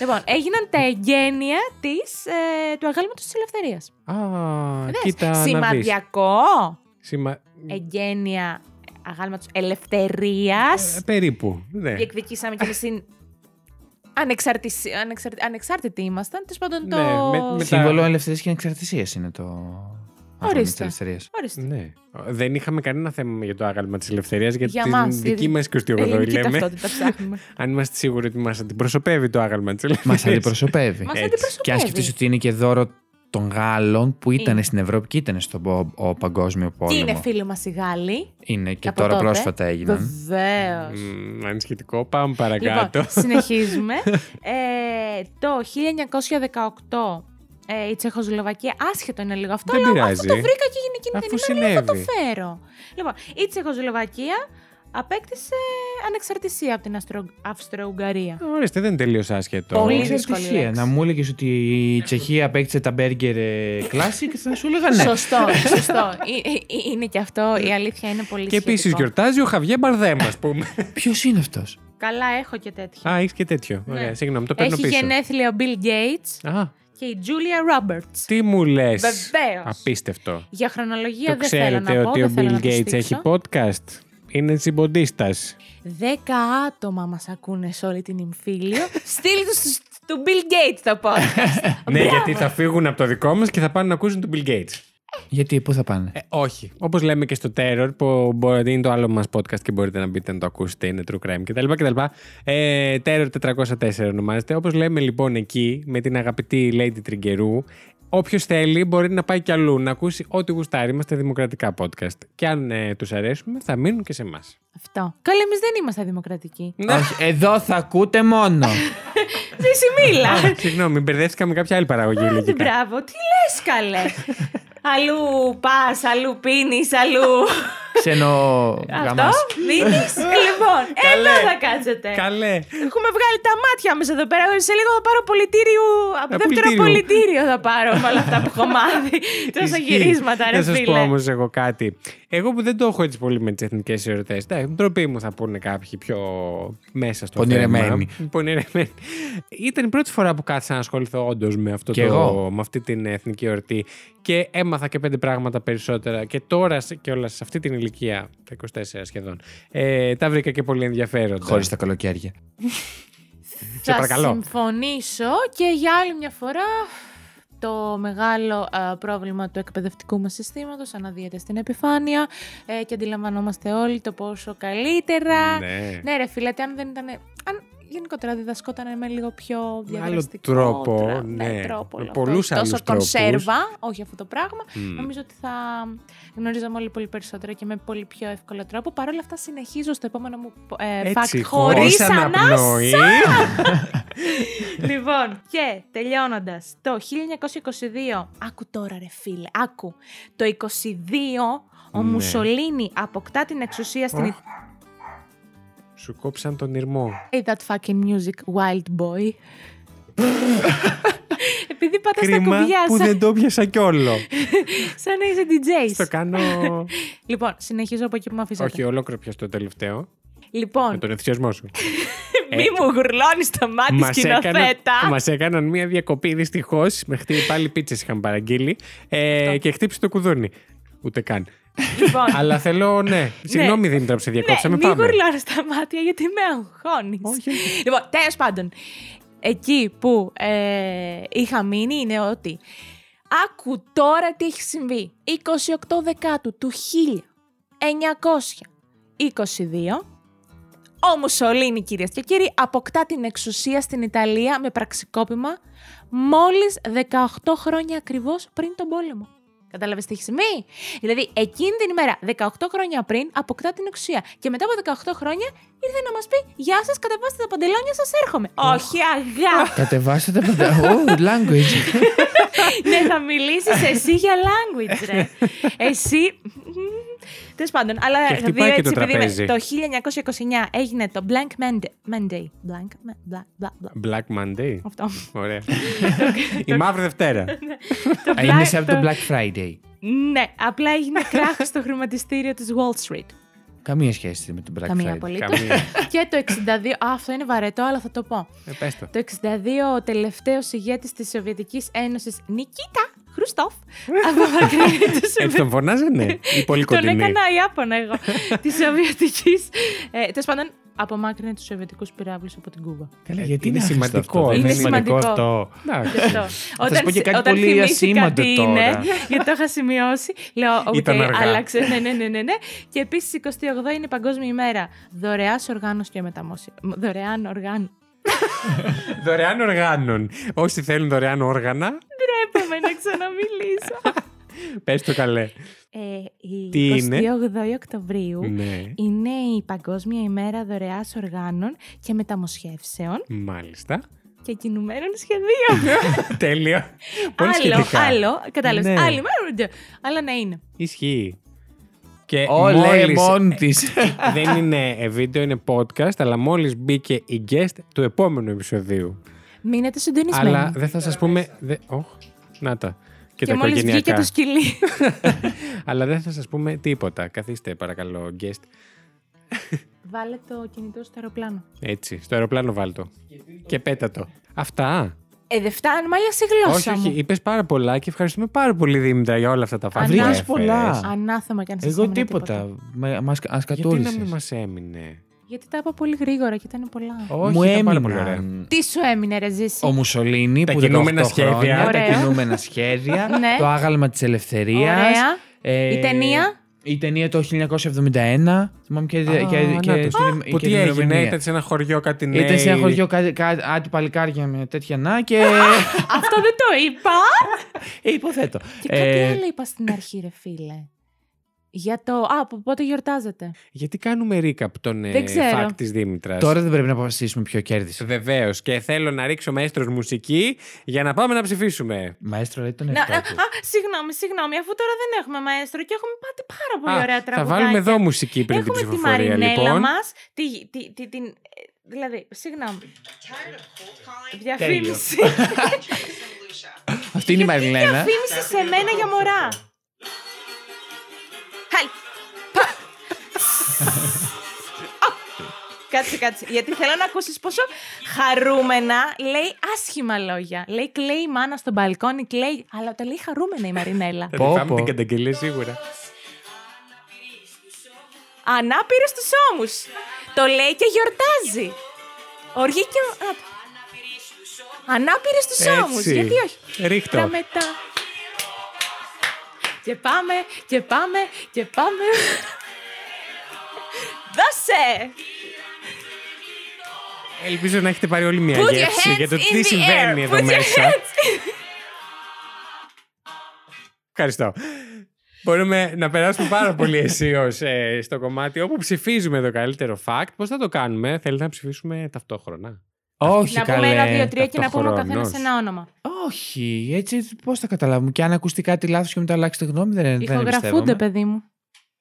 [SPEAKER 2] Λοιπόν, έγιναν τα εγγένεια της, ε, του αγάλματος της ελευθερίας.
[SPEAKER 1] Α,
[SPEAKER 2] Δες,
[SPEAKER 1] κοίτα να δεις.
[SPEAKER 2] σημαδιακό
[SPEAKER 1] Σημα...
[SPEAKER 2] εγγένεια αγάλματος ελευθερίας.
[SPEAKER 1] Ε, περίπου. Ναι.
[SPEAKER 2] Διεκδικήσαμε και εμείς την ανεξαρτησία, ανεξαρτη, ανεξάρτητοι ήμασταν. Τέλος πάντων το...
[SPEAKER 1] Ναι, με- με-
[SPEAKER 3] Σύμβολο ελευθερίας και ανεξαρτησίας είναι το. άγαλμα της
[SPEAKER 2] Ορίστε.
[SPEAKER 3] ελευθερίας.
[SPEAKER 2] Ορίστε.
[SPEAKER 1] ναι. Δεν είχαμε κανένα θέμα για το άγαλμα της ελευθερίας, γιατί
[SPEAKER 2] Για
[SPEAKER 1] την
[SPEAKER 2] μας,
[SPEAKER 1] δική
[SPEAKER 2] η-
[SPEAKER 1] μα 28η
[SPEAKER 2] Ελληνική
[SPEAKER 1] λέμε.
[SPEAKER 2] ταυτότητα ψάχνουμε.
[SPEAKER 1] Αν είμαστε σίγουροι ότι μας αντιπροσωπεύει το άγαλμα της
[SPEAKER 3] Μα
[SPEAKER 1] ελευθερία.
[SPEAKER 3] αντιπροσωπεύει.
[SPEAKER 2] Μας
[SPEAKER 1] Έτσι.
[SPEAKER 2] αντιπροσωπεύει.
[SPEAKER 3] Και αν σκεφτεί ότι είναι και δώρο των Γάλλων που ήταν
[SPEAKER 2] Είναι.
[SPEAKER 3] στην Ευρώπη και ήταν στον πο- ο Παγκόσμιο
[SPEAKER 2] Τι
[SPEAKER 3] Πόλεμο.
[SPEAKER 2] είναι φίλοι μας οι Γάλλοι.
[SPEAKER 3] Είναι και
[SPEAKER 2] από
[SPEAKER 3] τώρα
[SPEAKER 2] τότε.
[SPEAKER 3] πρόσφατα έγιναν.
[SPEAKER 2] Βεβαίως.
[SPEAKER 1] Μμμ, Ανησυχητικό. Πάμε παρακάτω.
[SPEAKER 2] Λοιπόν, συνεχίζουμε. ε, το 1918 ε, η Τσεχοσλοβακία, άσχετο είναι λίγο αυτό,
[SPEAKER 1] Δεν
[SPEAKER 2] αλλά
[SPEAKER 1] πειράζει.
[SPEAKER 2] αφού το βρήκα και γίνει εκείνη
[SPEAKER 1] Αφού
[SPEAKER 2] την ημέρα, λέω, θα το
[SPEAKER 1] συνέβη.
[SPEAKER 2] φέρω. Λοιπόν, η Τσεχοσλοβακία απέκτησε ανεξαρτησία από την Αστρο... Αυστρο-Ουγγαρία.
[SPEAKER 1] Ορίστε, δεν τελείωσε άσχετο.
[SPEAKER 2] Πολύ
[SPEAKER 3] Ξέρεις
[SPEAKER 2] δύσκολη
[SPEAKER 3] τι,
[SPEAKER 2] λέξη.
[SPEAKER 3] Να μου έλεγες ότι η Τσεχία απέκτησε τα μπέργκερ ε, classic, θα σου έλεγα ναι.
[SPEAKER 2] Σωστό, σωστό. Ε, ε, ε, είναι και αυτό, η αλήθεια είναι πολύ
[SPEAKER 1] Και επίσης
[SPEAKER 2] σχετικό.
[SPEAKER 1] γιορτάζει ο Χαβιέ Μπαρδέμ, ας πούμε.
[SPEAKER 3] Ποιος είναι αυτός.
[SPEAKER 2] Καλά, έχω και τέτοια.
[SPEAKER 1] Α, έχεις και τέτοιο.
[SPEAKER 2] Ναι.
[SPEAKER 1] Ωραία, συγγνώμη, το παίρνω
[SPEAKER 2] Έχει
[SPEAKER 1] πίσω.
[SPEAKER 2] γενέθλια ο Bill Gates
[SPEAKER 1] Α,
[SPEAKER 2] και η Julia Roberts.
[SPEAKER 1] τι μου λες.
[SPEAKER 2] Βεβαίως.
[SPEAKER 1] Απίστευτο.
[SPEAKER 2] Για χρονολογία
[SPEAKER 1] Το
[SPEAKER 2] δεν θέλω
[SPEAKER 1] ξέρετε
[SPEAKER 2] να πω,
[SPEAKER 1] ότι ο
[SPEAKER 2] δεν θέλω να
[SPEAKER 1] Bill
[SPEAKER 2] το
[SPEAKER 1] Gates
[SPEAKER 2] στήξω.
[SPEAKER 1] έχει podcast. Είναι συμποντίστας.
[SPEAKER 2] Δέκα άτομα μας ακούνε σε όλη την εμφύλιο. Στείλ τους στους- του Bill Gates το podcast.
[SPEAKER 1] Ναι, γιατί θα φύγουν από το δικό μας και θα πάνε να ακούσουν τον Bill Gates.
[SPEAKER 3] Γιατί, πού θα πάνε.
[SPEAKER 2] Ε,
[SPEAKER 1] όχι. Όπως λέμε και στο Terror, που μπορεί, είναι το άλλο μας podcast και μπορείτε να μπείτε να το ακούσετε, είναι true crime κτλ. κτλ. Ε, Terror 404 ονομάζεται. Όπως λέμε λοιπόν εκεί, με την αγαπητή Lady Τριγκερού, Όποιος θέλει μπορεί να πάει κι αλλού, να ακούσει ό,τι γουστάρει. Είμαστε δημοκρατικά podcast. Και αν ε, τους αρέσουμε, θα μείνουν και σε εμάς.
[SPEAKER 2] Αυτό. Καλά, εμείς δεν είμαστε δημοκρατικοί.
[SPEAKER 3] Όχι, εδώ θα ακούτε μόνο.
[SPEAKER 2] Ζήση, μίλα.
[SPEAKER 1] Συγγνώμη, μπερδεύτηκα με κάποια άλλη παραγωγή.
[SPEAKER 2] Άντε,
[SPEAKER 1] Ναι, λογικά.
[SPEAKER 2] μπράβο, τι λες, καλέ. αλλού πας, αλλού πίνεις, αλλού.
[SPEAKER 3] Ξενο.
[SPEAKER 2] Αυτό. Δίνει. λοιπόν, εδώ θα κάτσετε.
[SPEAKER 1] Καλέ.
[SPEAKER 2] Έχουμε βγάλει τα μάτια μέσα εδώ πέρα. Σε λίγο θα πάρω πολιτήριο. Από
[SPEAKER 1] Α,
[SPEAKER 2] δεύτερο
[SPEAKER 1] πολιτήριο.
[SPEAKER 2] πολιτήριο. θα πάρω με όλα αυτά που έχω μάθει. Τόσα
[SPEAKER 1] Ισχύει.
[SPEAKER 2] γυρίσματα, ρε
[SPEAKER 1] Να σας πω όμω
[SPEAKER 2] φίλε.
[SPEAKER 1] εγώ κάτι. Εγώ που δεν το έχω έτσι πολύ με τις εθνικές εορτέ. Εντάξει, ντροπή μου θα πούνε κάποιοι πιο μέσα στο
[SPEAKER 3] Πονηρεμένοι.
[SPEAKER 1] θέμα. Πονηρεμένοι. Ήταν η πρώτη φορά που κάθισα να ασχοληθώ όντως με, αυτό
[SPEAKER 3] Κι
[SPEAKER 1] το,
[SPEAKER 3] εγώ.
[SPEAKER 1] με αυτή την εθνική εορτή και έμαθα και πέντε πράγματα περισσότερα. Και τώρα σε- και όλα σε αυτή την ηλικία, τα 24 σχεδόν, ε, τα βρήκα και πολύ ενδιαφέροντα.
[SPEAKER 3] Χωρίς τα καλοκαίρια.
[SPEAKER 1] σε
[SPEAKER 2] Θα
[SPEAKER 1] παρακαλώ.
[SPEAKER 2] συμφωνήσω και για άλλη μια φορά το μεγάλο ε, πρόβλημα του εκπαιδευτικού μας συστήματος αναδύεται στην επιφάνεια ε, και αντιλαμβανόμαστε όλοι το πόσο καλύτερα.
[SPEAKER 1] Ναι.
[SPEAKER 2] Ναι, ρε φίλε, αν δεν ήταν. Αν γενικότερα διδασκόταν με λίγο πιο διαδραστικό
[SPEAKER 1] τρόπο,
[SPEAKER 2] τρα-
[SPEAKER 1] ναι.
[SPEAKER 2] τρόπο,
[SPEAKER 1] Με
[SPEAKER 2] όλο
[SPEAKER 1] πολλούς
[SPEAKER 2] αυτό.
[SPEAKER 1] άλλους
[SPEAKER 2] Τόσο
[SPEAKER 1] τρόπους.
[SPEAKER 2] κονσέρβα, όχι αυτό το πράγμα.
[SPEAKER 1] Μμμ.
[SPEAKER 2] Νομίζω ότι θα γνωρίζαμε όλοι πολύ περισσότερα και με πολύ πιο εύκολο τρόπο. Παρ' όλα αυτά, συνεχίζω στο επόμενο μου ε,
[SPEAKER 1] Έτσι,
[SPEAKER 2] fact χωρίς
[SPEAKER 1] χωρίς
[SPEAKER 2] ανάσα.
[SPEAKER 1] αναπνοή.
[SPEAKER 2] λοιπόν, και τελειώνοντας, το 1922, άκου τώρα, ρε φίλε, άκου. Το 22 ο
[SPEAKER 1] Ναι.
[SPEAKER 2] Μουσολίνη αποκτά την εξουσία στην
[SPEAKER 1] Αχ. Σου κόψαν τον ήρμό.
[SPEAKER 2] Play that fucking music, wild boy. Επειδή πατάς τα
[SPEAKER 1] Κρίμα
[SPEAKER 2] κουμπιά
[SPEAKER 1] που
[SPEAKER 2] σαν,
[SPEAKER 1] δεν το πιασα κιόλο.
[SPEAKER 2] σαν να είσαι DJ.
[SPEAKER 1] Στο κάνω.
[SPEAKER 2] Λοιπόν, συνεχίζω από εκεί που με αφήσατε.
[SPEAKER 1] Όχι, Ε, ολόκληρο πια στο τελευταίο. Με
[SPEAKER 2] Λοιπόν,
[SPEAKER 1] τον ενθουσιασμό σου.
[SPEAKER 2] μη μου γουρλώνεις το μάτι
[SPEAKER 1] ε, Μας έκαναν,
[SPEAKER 2] σκηνοθέτα.
[SPEAKER 1] μας έκαναν μία διακοπή δυστυχώς. Με χτύπη πάλι πίτσες είχαν παραγγείλει. Ε, και χτύπησε το κουδούνι. Ούτε καν.
[SPEAKER 2] Λοιπόν,
[SPEAKER 1] Αλλά θέλω, ναι. Συγγνώμη, Δήμητρα, που σε διακόψαμε.
[SPEAKER 2] ναι, μη
[SPEAKER 1] Πάμε.
[SPEAKER 2] γουρλώνεις τα μάτια γιατί με αγχώνεις. Λοιπόν, τέλος πάντων, εκεί που ε, είχα μείνει είναι ότι άκου τώρα τι έχει συμβεί. 28 Δεκάτου του 1922 ο Μουσολίνη, κυρίες και κύριοι, αποκτά την εξουσία στην Ιταλία με πραξικόπημα μόλις 18 χρόνια ακριβώς πριν τον πόλεμο. Κατάλαβες τι έχει σημεί. Δηλαδή, εκείνη την ημέρα, 18 χρόνια πριν, αποκτά την εξουσία. Και μετά από 18 χρόνια ήρθε να μας πει: Γεια σας, κατεβάστε τα παντελόνια σας, έρχομαι. Όχι, αγάπη.
[SPEAKER 3] Κατεβάστε τα πάντα. Oh, language.
[SPEAKER 2] ναι, θα μιλήσεις εσύ για language, ρε. εσύ. Τέλος πάντων, αλλά
[SPEAKER 1] Και
[SPEAKER 2] θα
[SPEAKER 1] χτυπάει
[SPEAKER 2] δει
[SPEAKER 1] και το
[SPEAKER 2] έτσι, επειδή με-
[SPEAKER 1] τραπέζι.
[SPEAKER 2] το 1929 έγινε το Blank Mand- Monday. Blank, Ma- bla, bla, bla.
[SPEAKER 1] Black Monday.
[SPEAKER 2] Αυτό.
[SPEAKER 1] Ωραία.
[SPEAKER 2] Ναι.
[SPEAKER 1] Η Μαύρη Δευτέρα.
[SPEAKER 2] Το
[SPEAKER 3] Α,
[SPEAKER 2] Black-
[SPEAKER 3] Είναι σαν το
[SPEAKER 2] το-
[SPEAKER 3] Black Friday.
[SPEAKER 2] Ναι, απλά έγινε κράχος στο χρηματιστήριο της Wall Street.
[SPEAKER 3] Καμία σχέση με τον Black
[SPEAKER 2] Καμία
[SPEAKER 3] Friday.
[SPEAKER 2] απολύτως.
[SPEAKER 1] Καμία.
[SPEAKER 2] Και το 62, α, αυτό είναι βαρετό, αλλά θα το πω.
[SPEAKER 1] Ε, πες το.
[SPEAKER 2] Το 62 ο τελευταίος ηγέτης της Σοβιετικής Ένωσης, Νικίτα Χρουστόφ, απομακρύνει τους
[SPEAKER 1] Έτσι τον φωνάζανε. Ή πολύ
[SPEAKER 2] Τον
[SPEAKER 1] κοντινή.
[SPEAKER 2] έκανα Ιάπωνα εγώ. της Σοβιετικής. Ε, Τέλος πάντων, απομάκρυνε τους Σοβιετικούς πυράβλους από την Κούβα.
[SPEAKER 3] Καλά,
[SPEAKER 1] Ε,
[SPEAKER 3] γιατί
[SPEAKER 1] είναι
[SPEAKER 3] είναι
[SPEAKER 1] σημαντικό,
[SPEAKER 3] σημαντικό αυτό.
[SPEAKER 1] είναι Ε,
[SPEAKER 3] Είναι
[SPEAKER 2] σημαντικό.
[SPEAKER 3] σημαντικό αυτό.
[SPEAKER 1] Εντάξει.
[SPEAKER 2] Γι' αυτό.
[SPEAKER 3] σου πω και
[SPEAKER 2] σ-
[SPEAKER 3] κάτι πολύ
[SPEAKER 2] θυμήθηκα
[SPEAKER 3] ασήμαντο
[SPEAKER 2] τι
[SPEAKER 3] τώρα.
[SPEAKER 2] είναι, γιατί το είχα σημειώσει. Λέω, οκ,
[SPEAKER 1] Ήταν αργά.
[SPEAKER 2] άλλαξε. Ναι, ναι, ναι, ναι, ναι. Και επίσης 28 είναι η Παγκόσμια ημέρα. Δωρεάς οργάνωση και μεταμόσχευση. Δωρεάν οργάνωση.
[SPEAKER 1] Δωρεάν οργάνων. Όσοι θέλουν δωρεάν όργανα,
[SPEAKER 2] Έπαμε να ξαναμιλήσω.
[SPEAKER 1] πες το καλέ.
[SPEAKER 2] Ε,
[SPEAKER 1] Τι
[SPEAKER 2] η
[SPEAKER 1] είναι?
[SPEAKER 2] 28 Οκτωβρίου
[SPEAKER 1] Ναι.
[SPEAKER 2] είναι η Παγκόσμια ημέρα δωρεάς οργάνων και μεταμοσχεύσεων
[SPEAKER 1] Μάλιστα.
[SPEAKER 2] και κινουμένων σχεδίων.
[SPEAKER 1] Τέλειο. Πολύ
[SPEAKER 2] άλλο,
[SPEAKER 1] σχετικά.
[SPEAKER 2] άλλο, κατάλαβες,
[SPEAKER 1] Ναι.
[SPEAKER 2] άλλη μέρα, ούτε. αλλά να είναι.
[SPEAKER 1] Ισχύει. Και
[SPEAKER 3] Όλα
[SPEAKER 1] μόλις-
[SPEAKER 3] μόνη της.
[SPEAKER 1] δεν είναι ε, βίντεο, είναι podcast, αλλά μόλις μπήκε η guest του επόμενου επεισοδίου.
[SPEAKER 2] Μείνετε συντονισμένοι.
[SPEAKER 1] αλλά δεν θα σας πούμε... Δε... Οχ, να τα. Και,
[SPEAKER 2] και
[SPEAKER 1] τα
[SPEAKER 2] μόλις βγήκε
[SPEAKER 1] οικογενειακά.
[SPEAKER 2] το σκυλί.
[SPEAKER 1] Αλλά δεν θα σας πούμε τίποτα. Καθίστε παρακαλώ, guest.
[SPEAKER 2] Βάλε το κινητό στο αεροπλάνο.
[SPEAKER 1] Έτσι, στο αεροπλάνο βάλτο. Και πέτα το. Αυτά.
[SPEAKER 2] Ε, δεν φτάνουμε, άλλαξε η γλώσσα
[SPEAKER 1] όχι, όχι.
[SPEAKER 2] μου.
[SPEAKER 1] Είπες πάρα πολλά και ευχαριστούμε πάρα πολύ Δήμητρα για όλα αυτά τα φάκελα.
[SPEAKER 2] Βρήκες
[SPEAKER 1] Έφερες.
[SPEAKER 3] πολλά.
[SPEAKER 2] Ε, Ανάθεμα κι αν σας
[SPEAKER 3] Εγώ
[SPEAKER 2] έμεινε τίποτα.
[SPEAKER 3] τίποτα. Μα
[SPEAKER 1] Γιατί να μην
[SPEAKER 3] κατούρισε.
[SPEAKER 1] μας έμεινε.
[SPEAKER 2] Γιατί τα είπα πολύ γρήγορα και ήταν πολλά.
[SPEAKER 1] Όχι,
[SPEAKER 3] Μου
[SPEAKER 1] ήταν πάρα πολύ ωραία.
[SPEAKER 3] έμειναν
[SPEAKER 2] Τι σου έμεινε, ρε Ζήση.
[SPEAKER 3] ο Μουσολίνη
[SPEAKER 1] Τα
[SPEAKER 3] που
[SPEAKER 1] κινούμενα
[SPEAKER 3] 18
[SPEAKER 1] σχέδια.
[SPEAKER 3] Χρόνια, τα
[SPEAKER 2] Ωραίο.
[SPEAKER 3] κινούμενα σχέδια.
[SPEAKER 2] Ναι.
[SPEAKER 3] το άγαλμα της ελευθερίας.
[SPEAKER 2] Ωραία. Η ταινία.
[SPEAKER 3] Ε, Η ταινία το 1971. Θυμάμαι και.
[SPEAKER 1] Α,
[SPEAKER 3] και,
[SPEAKER 1] να
[SPEAKER 3] και,
[SPEAKER 1] το.
[SPEAKER 3] στην-
[SPEAKER 1] Που τι
[SPEAKER 3] και την
[SPEAKER 1] έγινε,
[SPEAKER 3] ημερομηνία.
[SPEAKER 1] ήταν σε ένα χωριό κάτι νέο.
[SPEAKER 3] Ήταν σε ένα χωριό κάτι, κάτι, άτι παλικάρια με τέτοια να και.
[SPEAKER 2] Αυτό δεν το είπα.
[SPEAKER 3] ε, υποθέτω. Ε,
[SPEAKER 2] Και κάτι
[SPEAKER 1] Ε,
[SPEAKER 2] άλλο είπα στην αρχή, ρε φίλε. Για το. Α, από πότε γιορτάζετε.
[SPEAKER 1] Γιατί κάνουμε recap τον
[SPEAKER 2] Δεν
[SPEAKER 1] ε,
[SPEAKER 2] ξέρω.
[SPEAKER 1] φακ της Δήμητρας.
[SPEAKER 3] Τώρα δεν πρέπει να αποφασίσουμε ποιο κέρδισε.
[SPEAKER 1] Βεβαίως. Και θέλω να ρίξω μαέστρος μουσική για να πάμε να ψηφίσουμε.
[SPEAKER 3] Μαέστρο λέει τον
[SPEAKER 1] Ε,
[SPEAKER 2] Να,
[SPEAKER 3] εαυτό
[SPEAKER 2] α,
[SPEAKER 3] του.
[SPEAKER 2] α, συγγνώμη, συγγνώμη, αφού τώρα δεν έχουμε μαέστρο και έχουμε πάτη πάρα πολύ
[SPEAKER 1] Α,
[SPEAKER 2] ωραία
[SPEAKER 1] θα
[SPEAKER 2] τραγουδάκια.
[SPEAKER 1] βάλουμε εδώ μουσική πριν
[SPEAKER 2] Έχουμε
[SPEAKER 1] την
[SPEAKER 2] τη
[SPEAKER 1] ψηφοφορία,
[SPEAKER 2] Μαρινέλα
[SPEAKER 1] λοιπόν.
[SPEAKER 2] μας. Τη, τη, τη, την, ε, δηλαδή, συγγνώμη. Διαφήμιση.
[SPEAKER 3] Αυτή είναι η
[SPEAKER 2] Γιατί
[SPEAKER 3] Μαριλένα.
[SPEAKER 2] Διαφήμιση σε μένα για μωρά. Χάλι. Πα. Α. Κάτσε, κάτσε. Γιατί θέλω να ακούσεις πόσο χαρούμενα λέει άσχημα λόγια. Λέει κλαίει η μάνα στο μπαλκόνι, κλαίει. Αλλά τα λέει χαρούμενα η Μαρινέλα.
[SPEAKER 1] Θα τη
[SPEAKER 3] Πω,
[SPEAKER 1] φάμε
[SPEAKER 3] πω.
[SPEAKER 1] την καταγγελία σίγουρα.
[SPEAKER 2] Ανάπηρη στους ώμους. Το λέει και γιορτάζει. Οργή και... Ανάπηρη στους ώμους.
[SPEAKER 1] Έτσι.
[SPEAKER 2] Γιατί όχι.
[SPEAKER 1] Ρίχτω.
[SPEAKER 2] Τα μετά. Και πάμε, και πάμε, και πάμε. Δώσε!
[SPEAKER 1] Ελπίζω να έχετε πάρει όλη μια
[SPEAKER 2] Put your
[SPEAKER 1] γεύση
[SPEAKER 2] hands
[SPEAKER 1] για το
[SPEAKER 2] in
[SPEAKER 1] τι
[SPEAKER 2] the
[SPEAKER 1] συμβαίνει
[SPEAKER 2] air.
[SPEAKER 1] εδώ
[SPEAKER 2] Put your
[SPEAKER 1] μέσα.
[SPEAKER 2] hands-
[SPEAKER 1] Ευχαριστώ. Μπορούμε να περάσουμε πάρα πολύ αισίως στο κομμάτι όπου ψηφίζουμε το καλύτερο fact. Πώς θα το κάνουμε, Θέλετε να ψηφίσουμε ταυτόχρονα.
[SPEAKER 3] Όχι,
[SPEAKER 2] Να πούμε
[SPEAKER 3] καλέ,
[SPEAKER 2] ένα, δύο, τρία και να πούμε ο
[SPEAKER 1] ταυτοχρόνως.
[SPEAKER 2] καθένας ένα όνομα.
[SPEAKER 3] Όχι, έτσι πώς θα καταλάβουμε. Και αν ακουστεί κάτι λάθος και μετά αλλάξετε γνώμη, δεν, δεν
[SPEAKER 2] Ηχογραφούνται,
[SPEAKER 3] εμπιστεύομαι.
[SPEAKER 2] παιδί μου.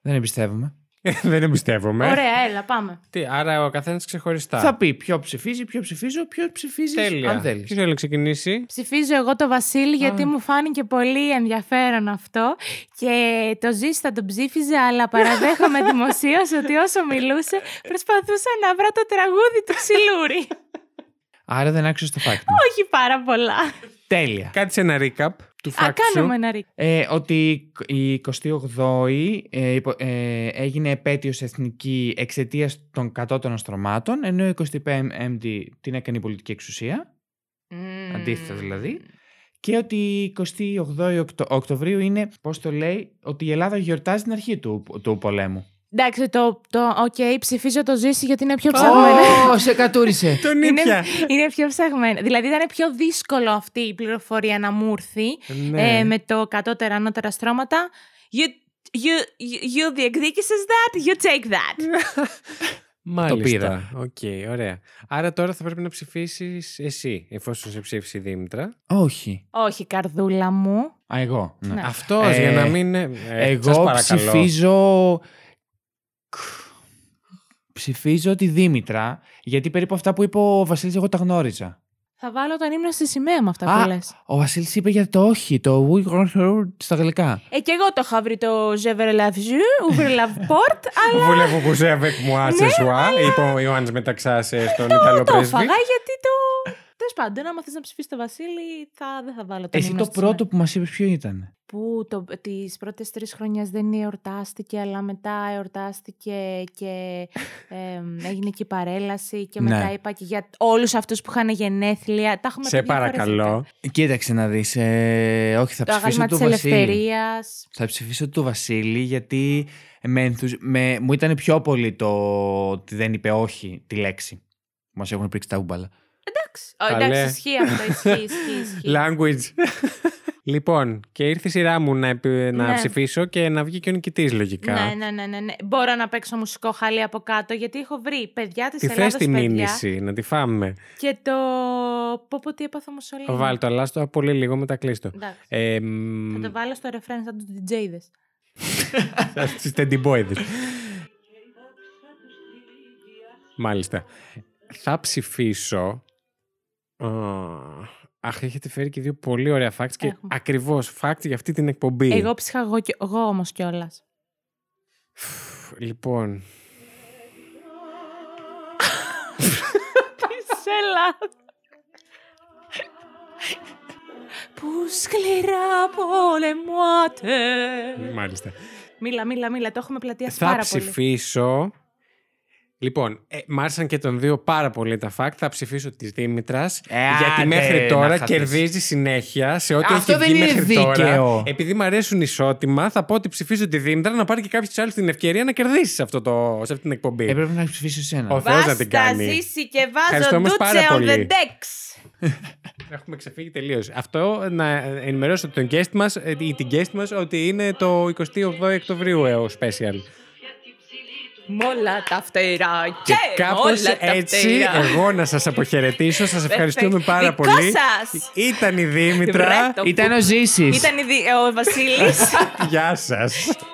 [SPEAKER 3] Δεν εμπιστεύομαι.
[SPEAKER 1] Δεν εμπιστεύομαι.
[SPEAKER 2] Ωραία, έλα, πάμε.
[SPEAKER 1] Τι, άρα ο καθένας ξεχωριστά.
[SPEAKER 3] Θα πει ποιο ψηφίζει, ποιο ψηφίζω, ποιο ψηφίζεις.
[SPEAKER 1] Τέλεια.
[SPEAKER 3] Αν
[SPEAKER 1] Ποιο
[SPEAKER 3] θέλει.
[SPEAKER 1] θέλει να ξεκινήσει.
[SPEAKER 2] Ψηφίζω εγώ το Βασίλη γιατί μου φάνηκε πολύ ενδιαφέρον αυτό και το Ζήση θα τον ψήφιζε αλλά παραδέχομαι δημοσίως ότι όσο μιλούσε προσπαθούσα να βρω το τραγούδι του Ξυλούρη.
[SPEAKER 3] Άρα δεν άξιζε το φάκελο.
[SPEAKER 2] Όχι πάρα πολλά.
[SPEAKER 3] Τέλεια.
[SPEAKER 1] Κάτσε ένα recap του
[SPEAKER 2] Α,
[SPEAKER 1] fact σου.
[SPEAKER 2] κάνουμε ένα ρίκ.
[SPEAKER 3] Ε, ότι η 28η ε, υπο- ε, έγινε επέτειος εθνική εξαιτίας των κατώτερων στρωμάτων, ενώ η 25η την έκανε η πολιτική εξουσία, αντίθετα δηλαδή. Και ότι η 28η Οκτω- Οκτωβρίου είναι, πώς το λέει, ότι η Ελλάδα γιορτάζει την αρχή του, του πολέμου.
[SPEAKER 2] Εντάξει, το, το OK, ψηφίζω το Ζήση γιατί είναι πιο ψαγμένο.
[SPEAKER 3] σε κατούρισε.
[SPEAKER 1] Τον
[SPEAKER 2] Είναι,
[SPEAKER 1] ήπια.
[SPEAKER 2] είναι πιο ψαγμένο. Δηλαδή ήταν πιο δύσκολο αυτή η πληροφορία να μου έρθει.
[SPEAKER 1] Ναι.
[SPEAKER 2] ε, με το κατώτερα ανώτερα στρώματα. You, you, you, you διεκδίκησες that, you take that.
[SPEAKER 1] Μάλιστα. Οκ, ωραία. Άρα τώρα θα πρέπει να ψηφίσεις εσύ, εφόσον σε ψήφισε η Δήμητρα.
[SPEAKER 3] Όχι.
[SPEAKER 2] Όχι, καρδούλα μου.
[SPEAKER 3] Α, εγώ. ναι.
[SPEAKER 2] Ναι.
[SPEAKER 1] Αυτός
[SPEAKER 3] Ε,
[SPEAKER 1] για να μην. ε, ε, σας
[SPEAKER 3] Εγώ
[SPEAKER 1] παρακαλώ.
[SPEAKER 3] ψηφίζω. Ψηφίζω τη Δήμητρα, γιατί περίπου αυτά που είπε ο Βασίλης, εγώ τα γνώριζα.
[SPEAKER 2] Θα βάλω τον ύμνο στη σημαία με αυτά
[SPEAKER 3] Α.
[SPEAKER 2] που λες.
[SPEAKER 3] Ο Βασίλης είπε για το όχι, το we are here στα γαλλικά.
[SPEAKER 2] Ε, και εγώ το είχα βρει το Je veux la vue, ouvre la porte, αλλά
[SPEAKER 1] Βουλεύω που σε avec moi ce soir, είπε ο Ιωάννης μεταξά στον Ιταλό
[SPEAKER 2] Ναι, το
[SPEAKER 1] πρέσβη.
[SPEAKER 2] έφαγα γιατί το... Τέλος πάντων, άμα θες να ψηφίσεις το Βασίλη, θα, δεν θα βάλω τον
[SPEAKER 3] Εσύ
[SPEAKER 2] ύμνο
[SPEAKER 3] το
[SPEAKER 2] στη σημαία.
[SPEAKER 3] πρώτο που μας είπες ποιο ήταν.
[SPEAKER 2] Που το, τις πρώτες τρεις χρονιές δεν εορτάστηκε, αλλά μετά εορτάστηκε και εμ, έγινε και η παρέλαση και μετά
[SPEAKER 3] Ναι.
[SPEAKER 2] είπα και για όλους αυτούς που είχαν γενέθλια. Τα έχουμε
[SPEAKER 1] Σε
[SPEAKER 2] πει δύο φορές αυτά.
[SPEAKER 1] παρακαλώ.
[SPEAKER 3] Κοίταξε να δεις. όχι, θα
[SPEAKER 2] Το άγαλμα
[SPEAKER 3] ψηφίσω
[SPEAKER 2] της
[SPEAKER 3] του Βασίλη.
[SPEAKER 2] ελευθερίας.
[SPEAKER 3] Θα ψηφίσω του Βασίλη γιατί με ενθουσ... με... μου ήταν πιο πολύ το ότι δεν είπε όχι τη λέξη. Μας έχουν πρίξει τα ούμπαλα.
[SPEAKER 2] Εντάξει, Ω,
[SPEAKER 1] Καλέ.
[SPEAKER 2] εντάξει, ισχύει αυτό, ισχύει, ισχύει, ισχύει.
[SPEAKER 1] Language. λοιπόν, και ήρθε η σειρά μου να, επι- να
[SPEAKER 2] Ναι.
[SPEAKER 1] ψηφίσω και να βγει και ο νικητής λογικά.
[SPEAKER 2] Ναι, ναι, ναι, ναι, ναι. Μπορώ να παίξω μουσικό χαλί από κάτω, γιατί έχω βρει παιδιά της
[SPEAKER 1] Τι θε
[SPEAKER 2] Ελλάδας,
[SPEAKER 1] τη
[SPEAKER 2] παιδιά,
[SPEAKER 1] μήνυση, να τη φάμε.
[SPEAKER 2] και το... Πω πω τι έπαθα μουσολίνη.
[SPEAKER 1] Βάλ το, αλλά στο πολύ λίγο μετά κλείστο.
[SPEAKER 2] Εντάξει.
[SPEAKER 1] Ε,
[SPEAKER 2] Θα το βάλω στο ρεφρέν σαν τους DJ'δες.
[SPEAKER 1] Στι τεντιμπόιδε. Μάλιστα. Θα ψηφίσω. Α, Αχ, έχετε φέρει και δύο πολύ ωραία facts και
[SPEAKER 2] Έχουμε.
[SPEAKER 1] ακριβώς facts για αυτή την εκπομπή.
[SPEAKER 2] Εγώ ψυχα εγώ, κι- εγώ όμως κιόλας.
[SPEAKER 1] Φου, Λοιπόν.
[SPEAKER 2] Σελά. Που σκληρά πολεμάτε.
[SPEAKER 1] Μάλιστα.
[SPEAKER 2] Μίλα, μίλα, μίλα. Το έχουμε πλατεία
[SPEAKER 1] Θα
[SPEAKER 2] πάρα πολύ.
[SPEAKER 1] ψηφίσω Λοιπόν, ε, μ' άρεσαν και τον δύο πάρα πολύ τα fact. Θα ψηφίσω τη Δήμητρας.
[SPEAKER 3] Ε, άντε,
[SPEAKER 1] γιατί μέχρι
[SPEAKER 3] να
[SPEAKER 1] τώρα
[SPEAKER 3] χαθείς.
[SPEAKER 1] κερδίζει συνέχεια σε ό,τι
[SPEAKER 3] Αυτό
[SPEAKER 1] έχει
[SPEAKER 3] δεν
[SPEAKER 1] βγει
[SPEAKER 3] είναι
[SPEAKER 1] μέχρι
[SPEAKER 3] δίκαιο.
[SPEAKER 1] τώρα. Επειδή μου αρέσουν ισότιμα, θα πω ότι ψηφίζω τη Δήμητρα να πάρει και κάποιος του άλλου την ευκαιρία να κερδίσει σε, αυτό το, σε αυτή την εκπομπή.
[SPEAKER 3] Έπρεπε να ψηφίσει εσένα.
[SPEAKER 1] Ε. Ο Θεός να την κάνει.
[SPEAKER 2] ζήσει και
[SPEAKER 1] Ευχαριστώ
[SPEAKER 2] βάζω
[SPEAKER 1] όμως
[SPEAKER 2] ντούτσε
[SPEAKER 1] πάρα
[SPEAKER 2] on the
[SPEAKER 1] πολύ.
[SPEAKER 2] decks.
[SPEAKER 1] Έχουμε ξεφύγει τελείως. Αυτό να ενημερώσω τον guest μας, ε, ή την guest μας ότι είναι το 28 Οκτωβρίου ε, ο special.
[SPEAKER 2] Μ' όλα τα φτερά και,
[SPEAKER 1] Και
[SPEAKER 2] μ'
[SPEAKER 1] κάπω
[SPEAKER 2] όλα τα
[SPEAKER 1] έτσι,
[SPEAKER 2] φτερά.
[SPEAKER 1] εγώ να σας αποχαιρετήσω. Σας ευχαριστούμε
[SPEAKER 2] Ευχαριστώ.
[SPEAKER 1] πάρα
[SPEAKER 2] Δικό
[SPEAKER 1] πολύ.
[SPEAKER 2] σας.
[SPEAKER 1] Ήταν η Δήμητρα.
[SPEAKER 2] Βρε το
[SPEAKER 3] Ήταν ο Ζήσης.
[SPEAKER 2] Ήταν η δι- ο Βασίλης.
[SPEAKER 1] Γεια σας.
[SPEAKER 2] Α.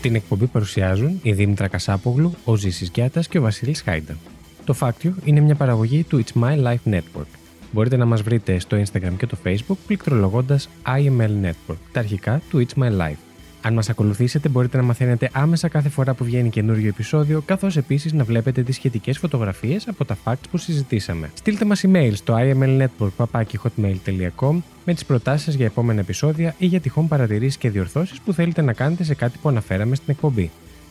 [SPEAKER 1] Την εκπομπή παρουσιάζουν η Δήμητρα Κασάπογλου, ο Ζήσης Γιάτας και ο Βασίλης Χάιντα. Το Φάκτιο είναι μια παραγωγή του It's My Life Network. Μπορείτε να μας βρείτε στο Instagram και το Facebook πληκτρολογώντας IML Network, τα αρχικά του It's My Life. Αν μας ακολουθήσετε μπορείτε να μαθαίνετε άμεσα κάθε φορά που βγαίνει καινούριο επεισόδιο, καθώς επίσης να βλέπετε τις σχετικές φωτογραφίες από τα facts που συζητήσαμε. Στείλτε μας email στο imlnetwork.hotmail.com με τις προτάσεις σας για επόμενα επεισόδια ή για τυχόν παρατηρήσεις και διορθώσεις που θέλετε να κάνετε σε κάτι που αναφέραμε στην εκπομπή.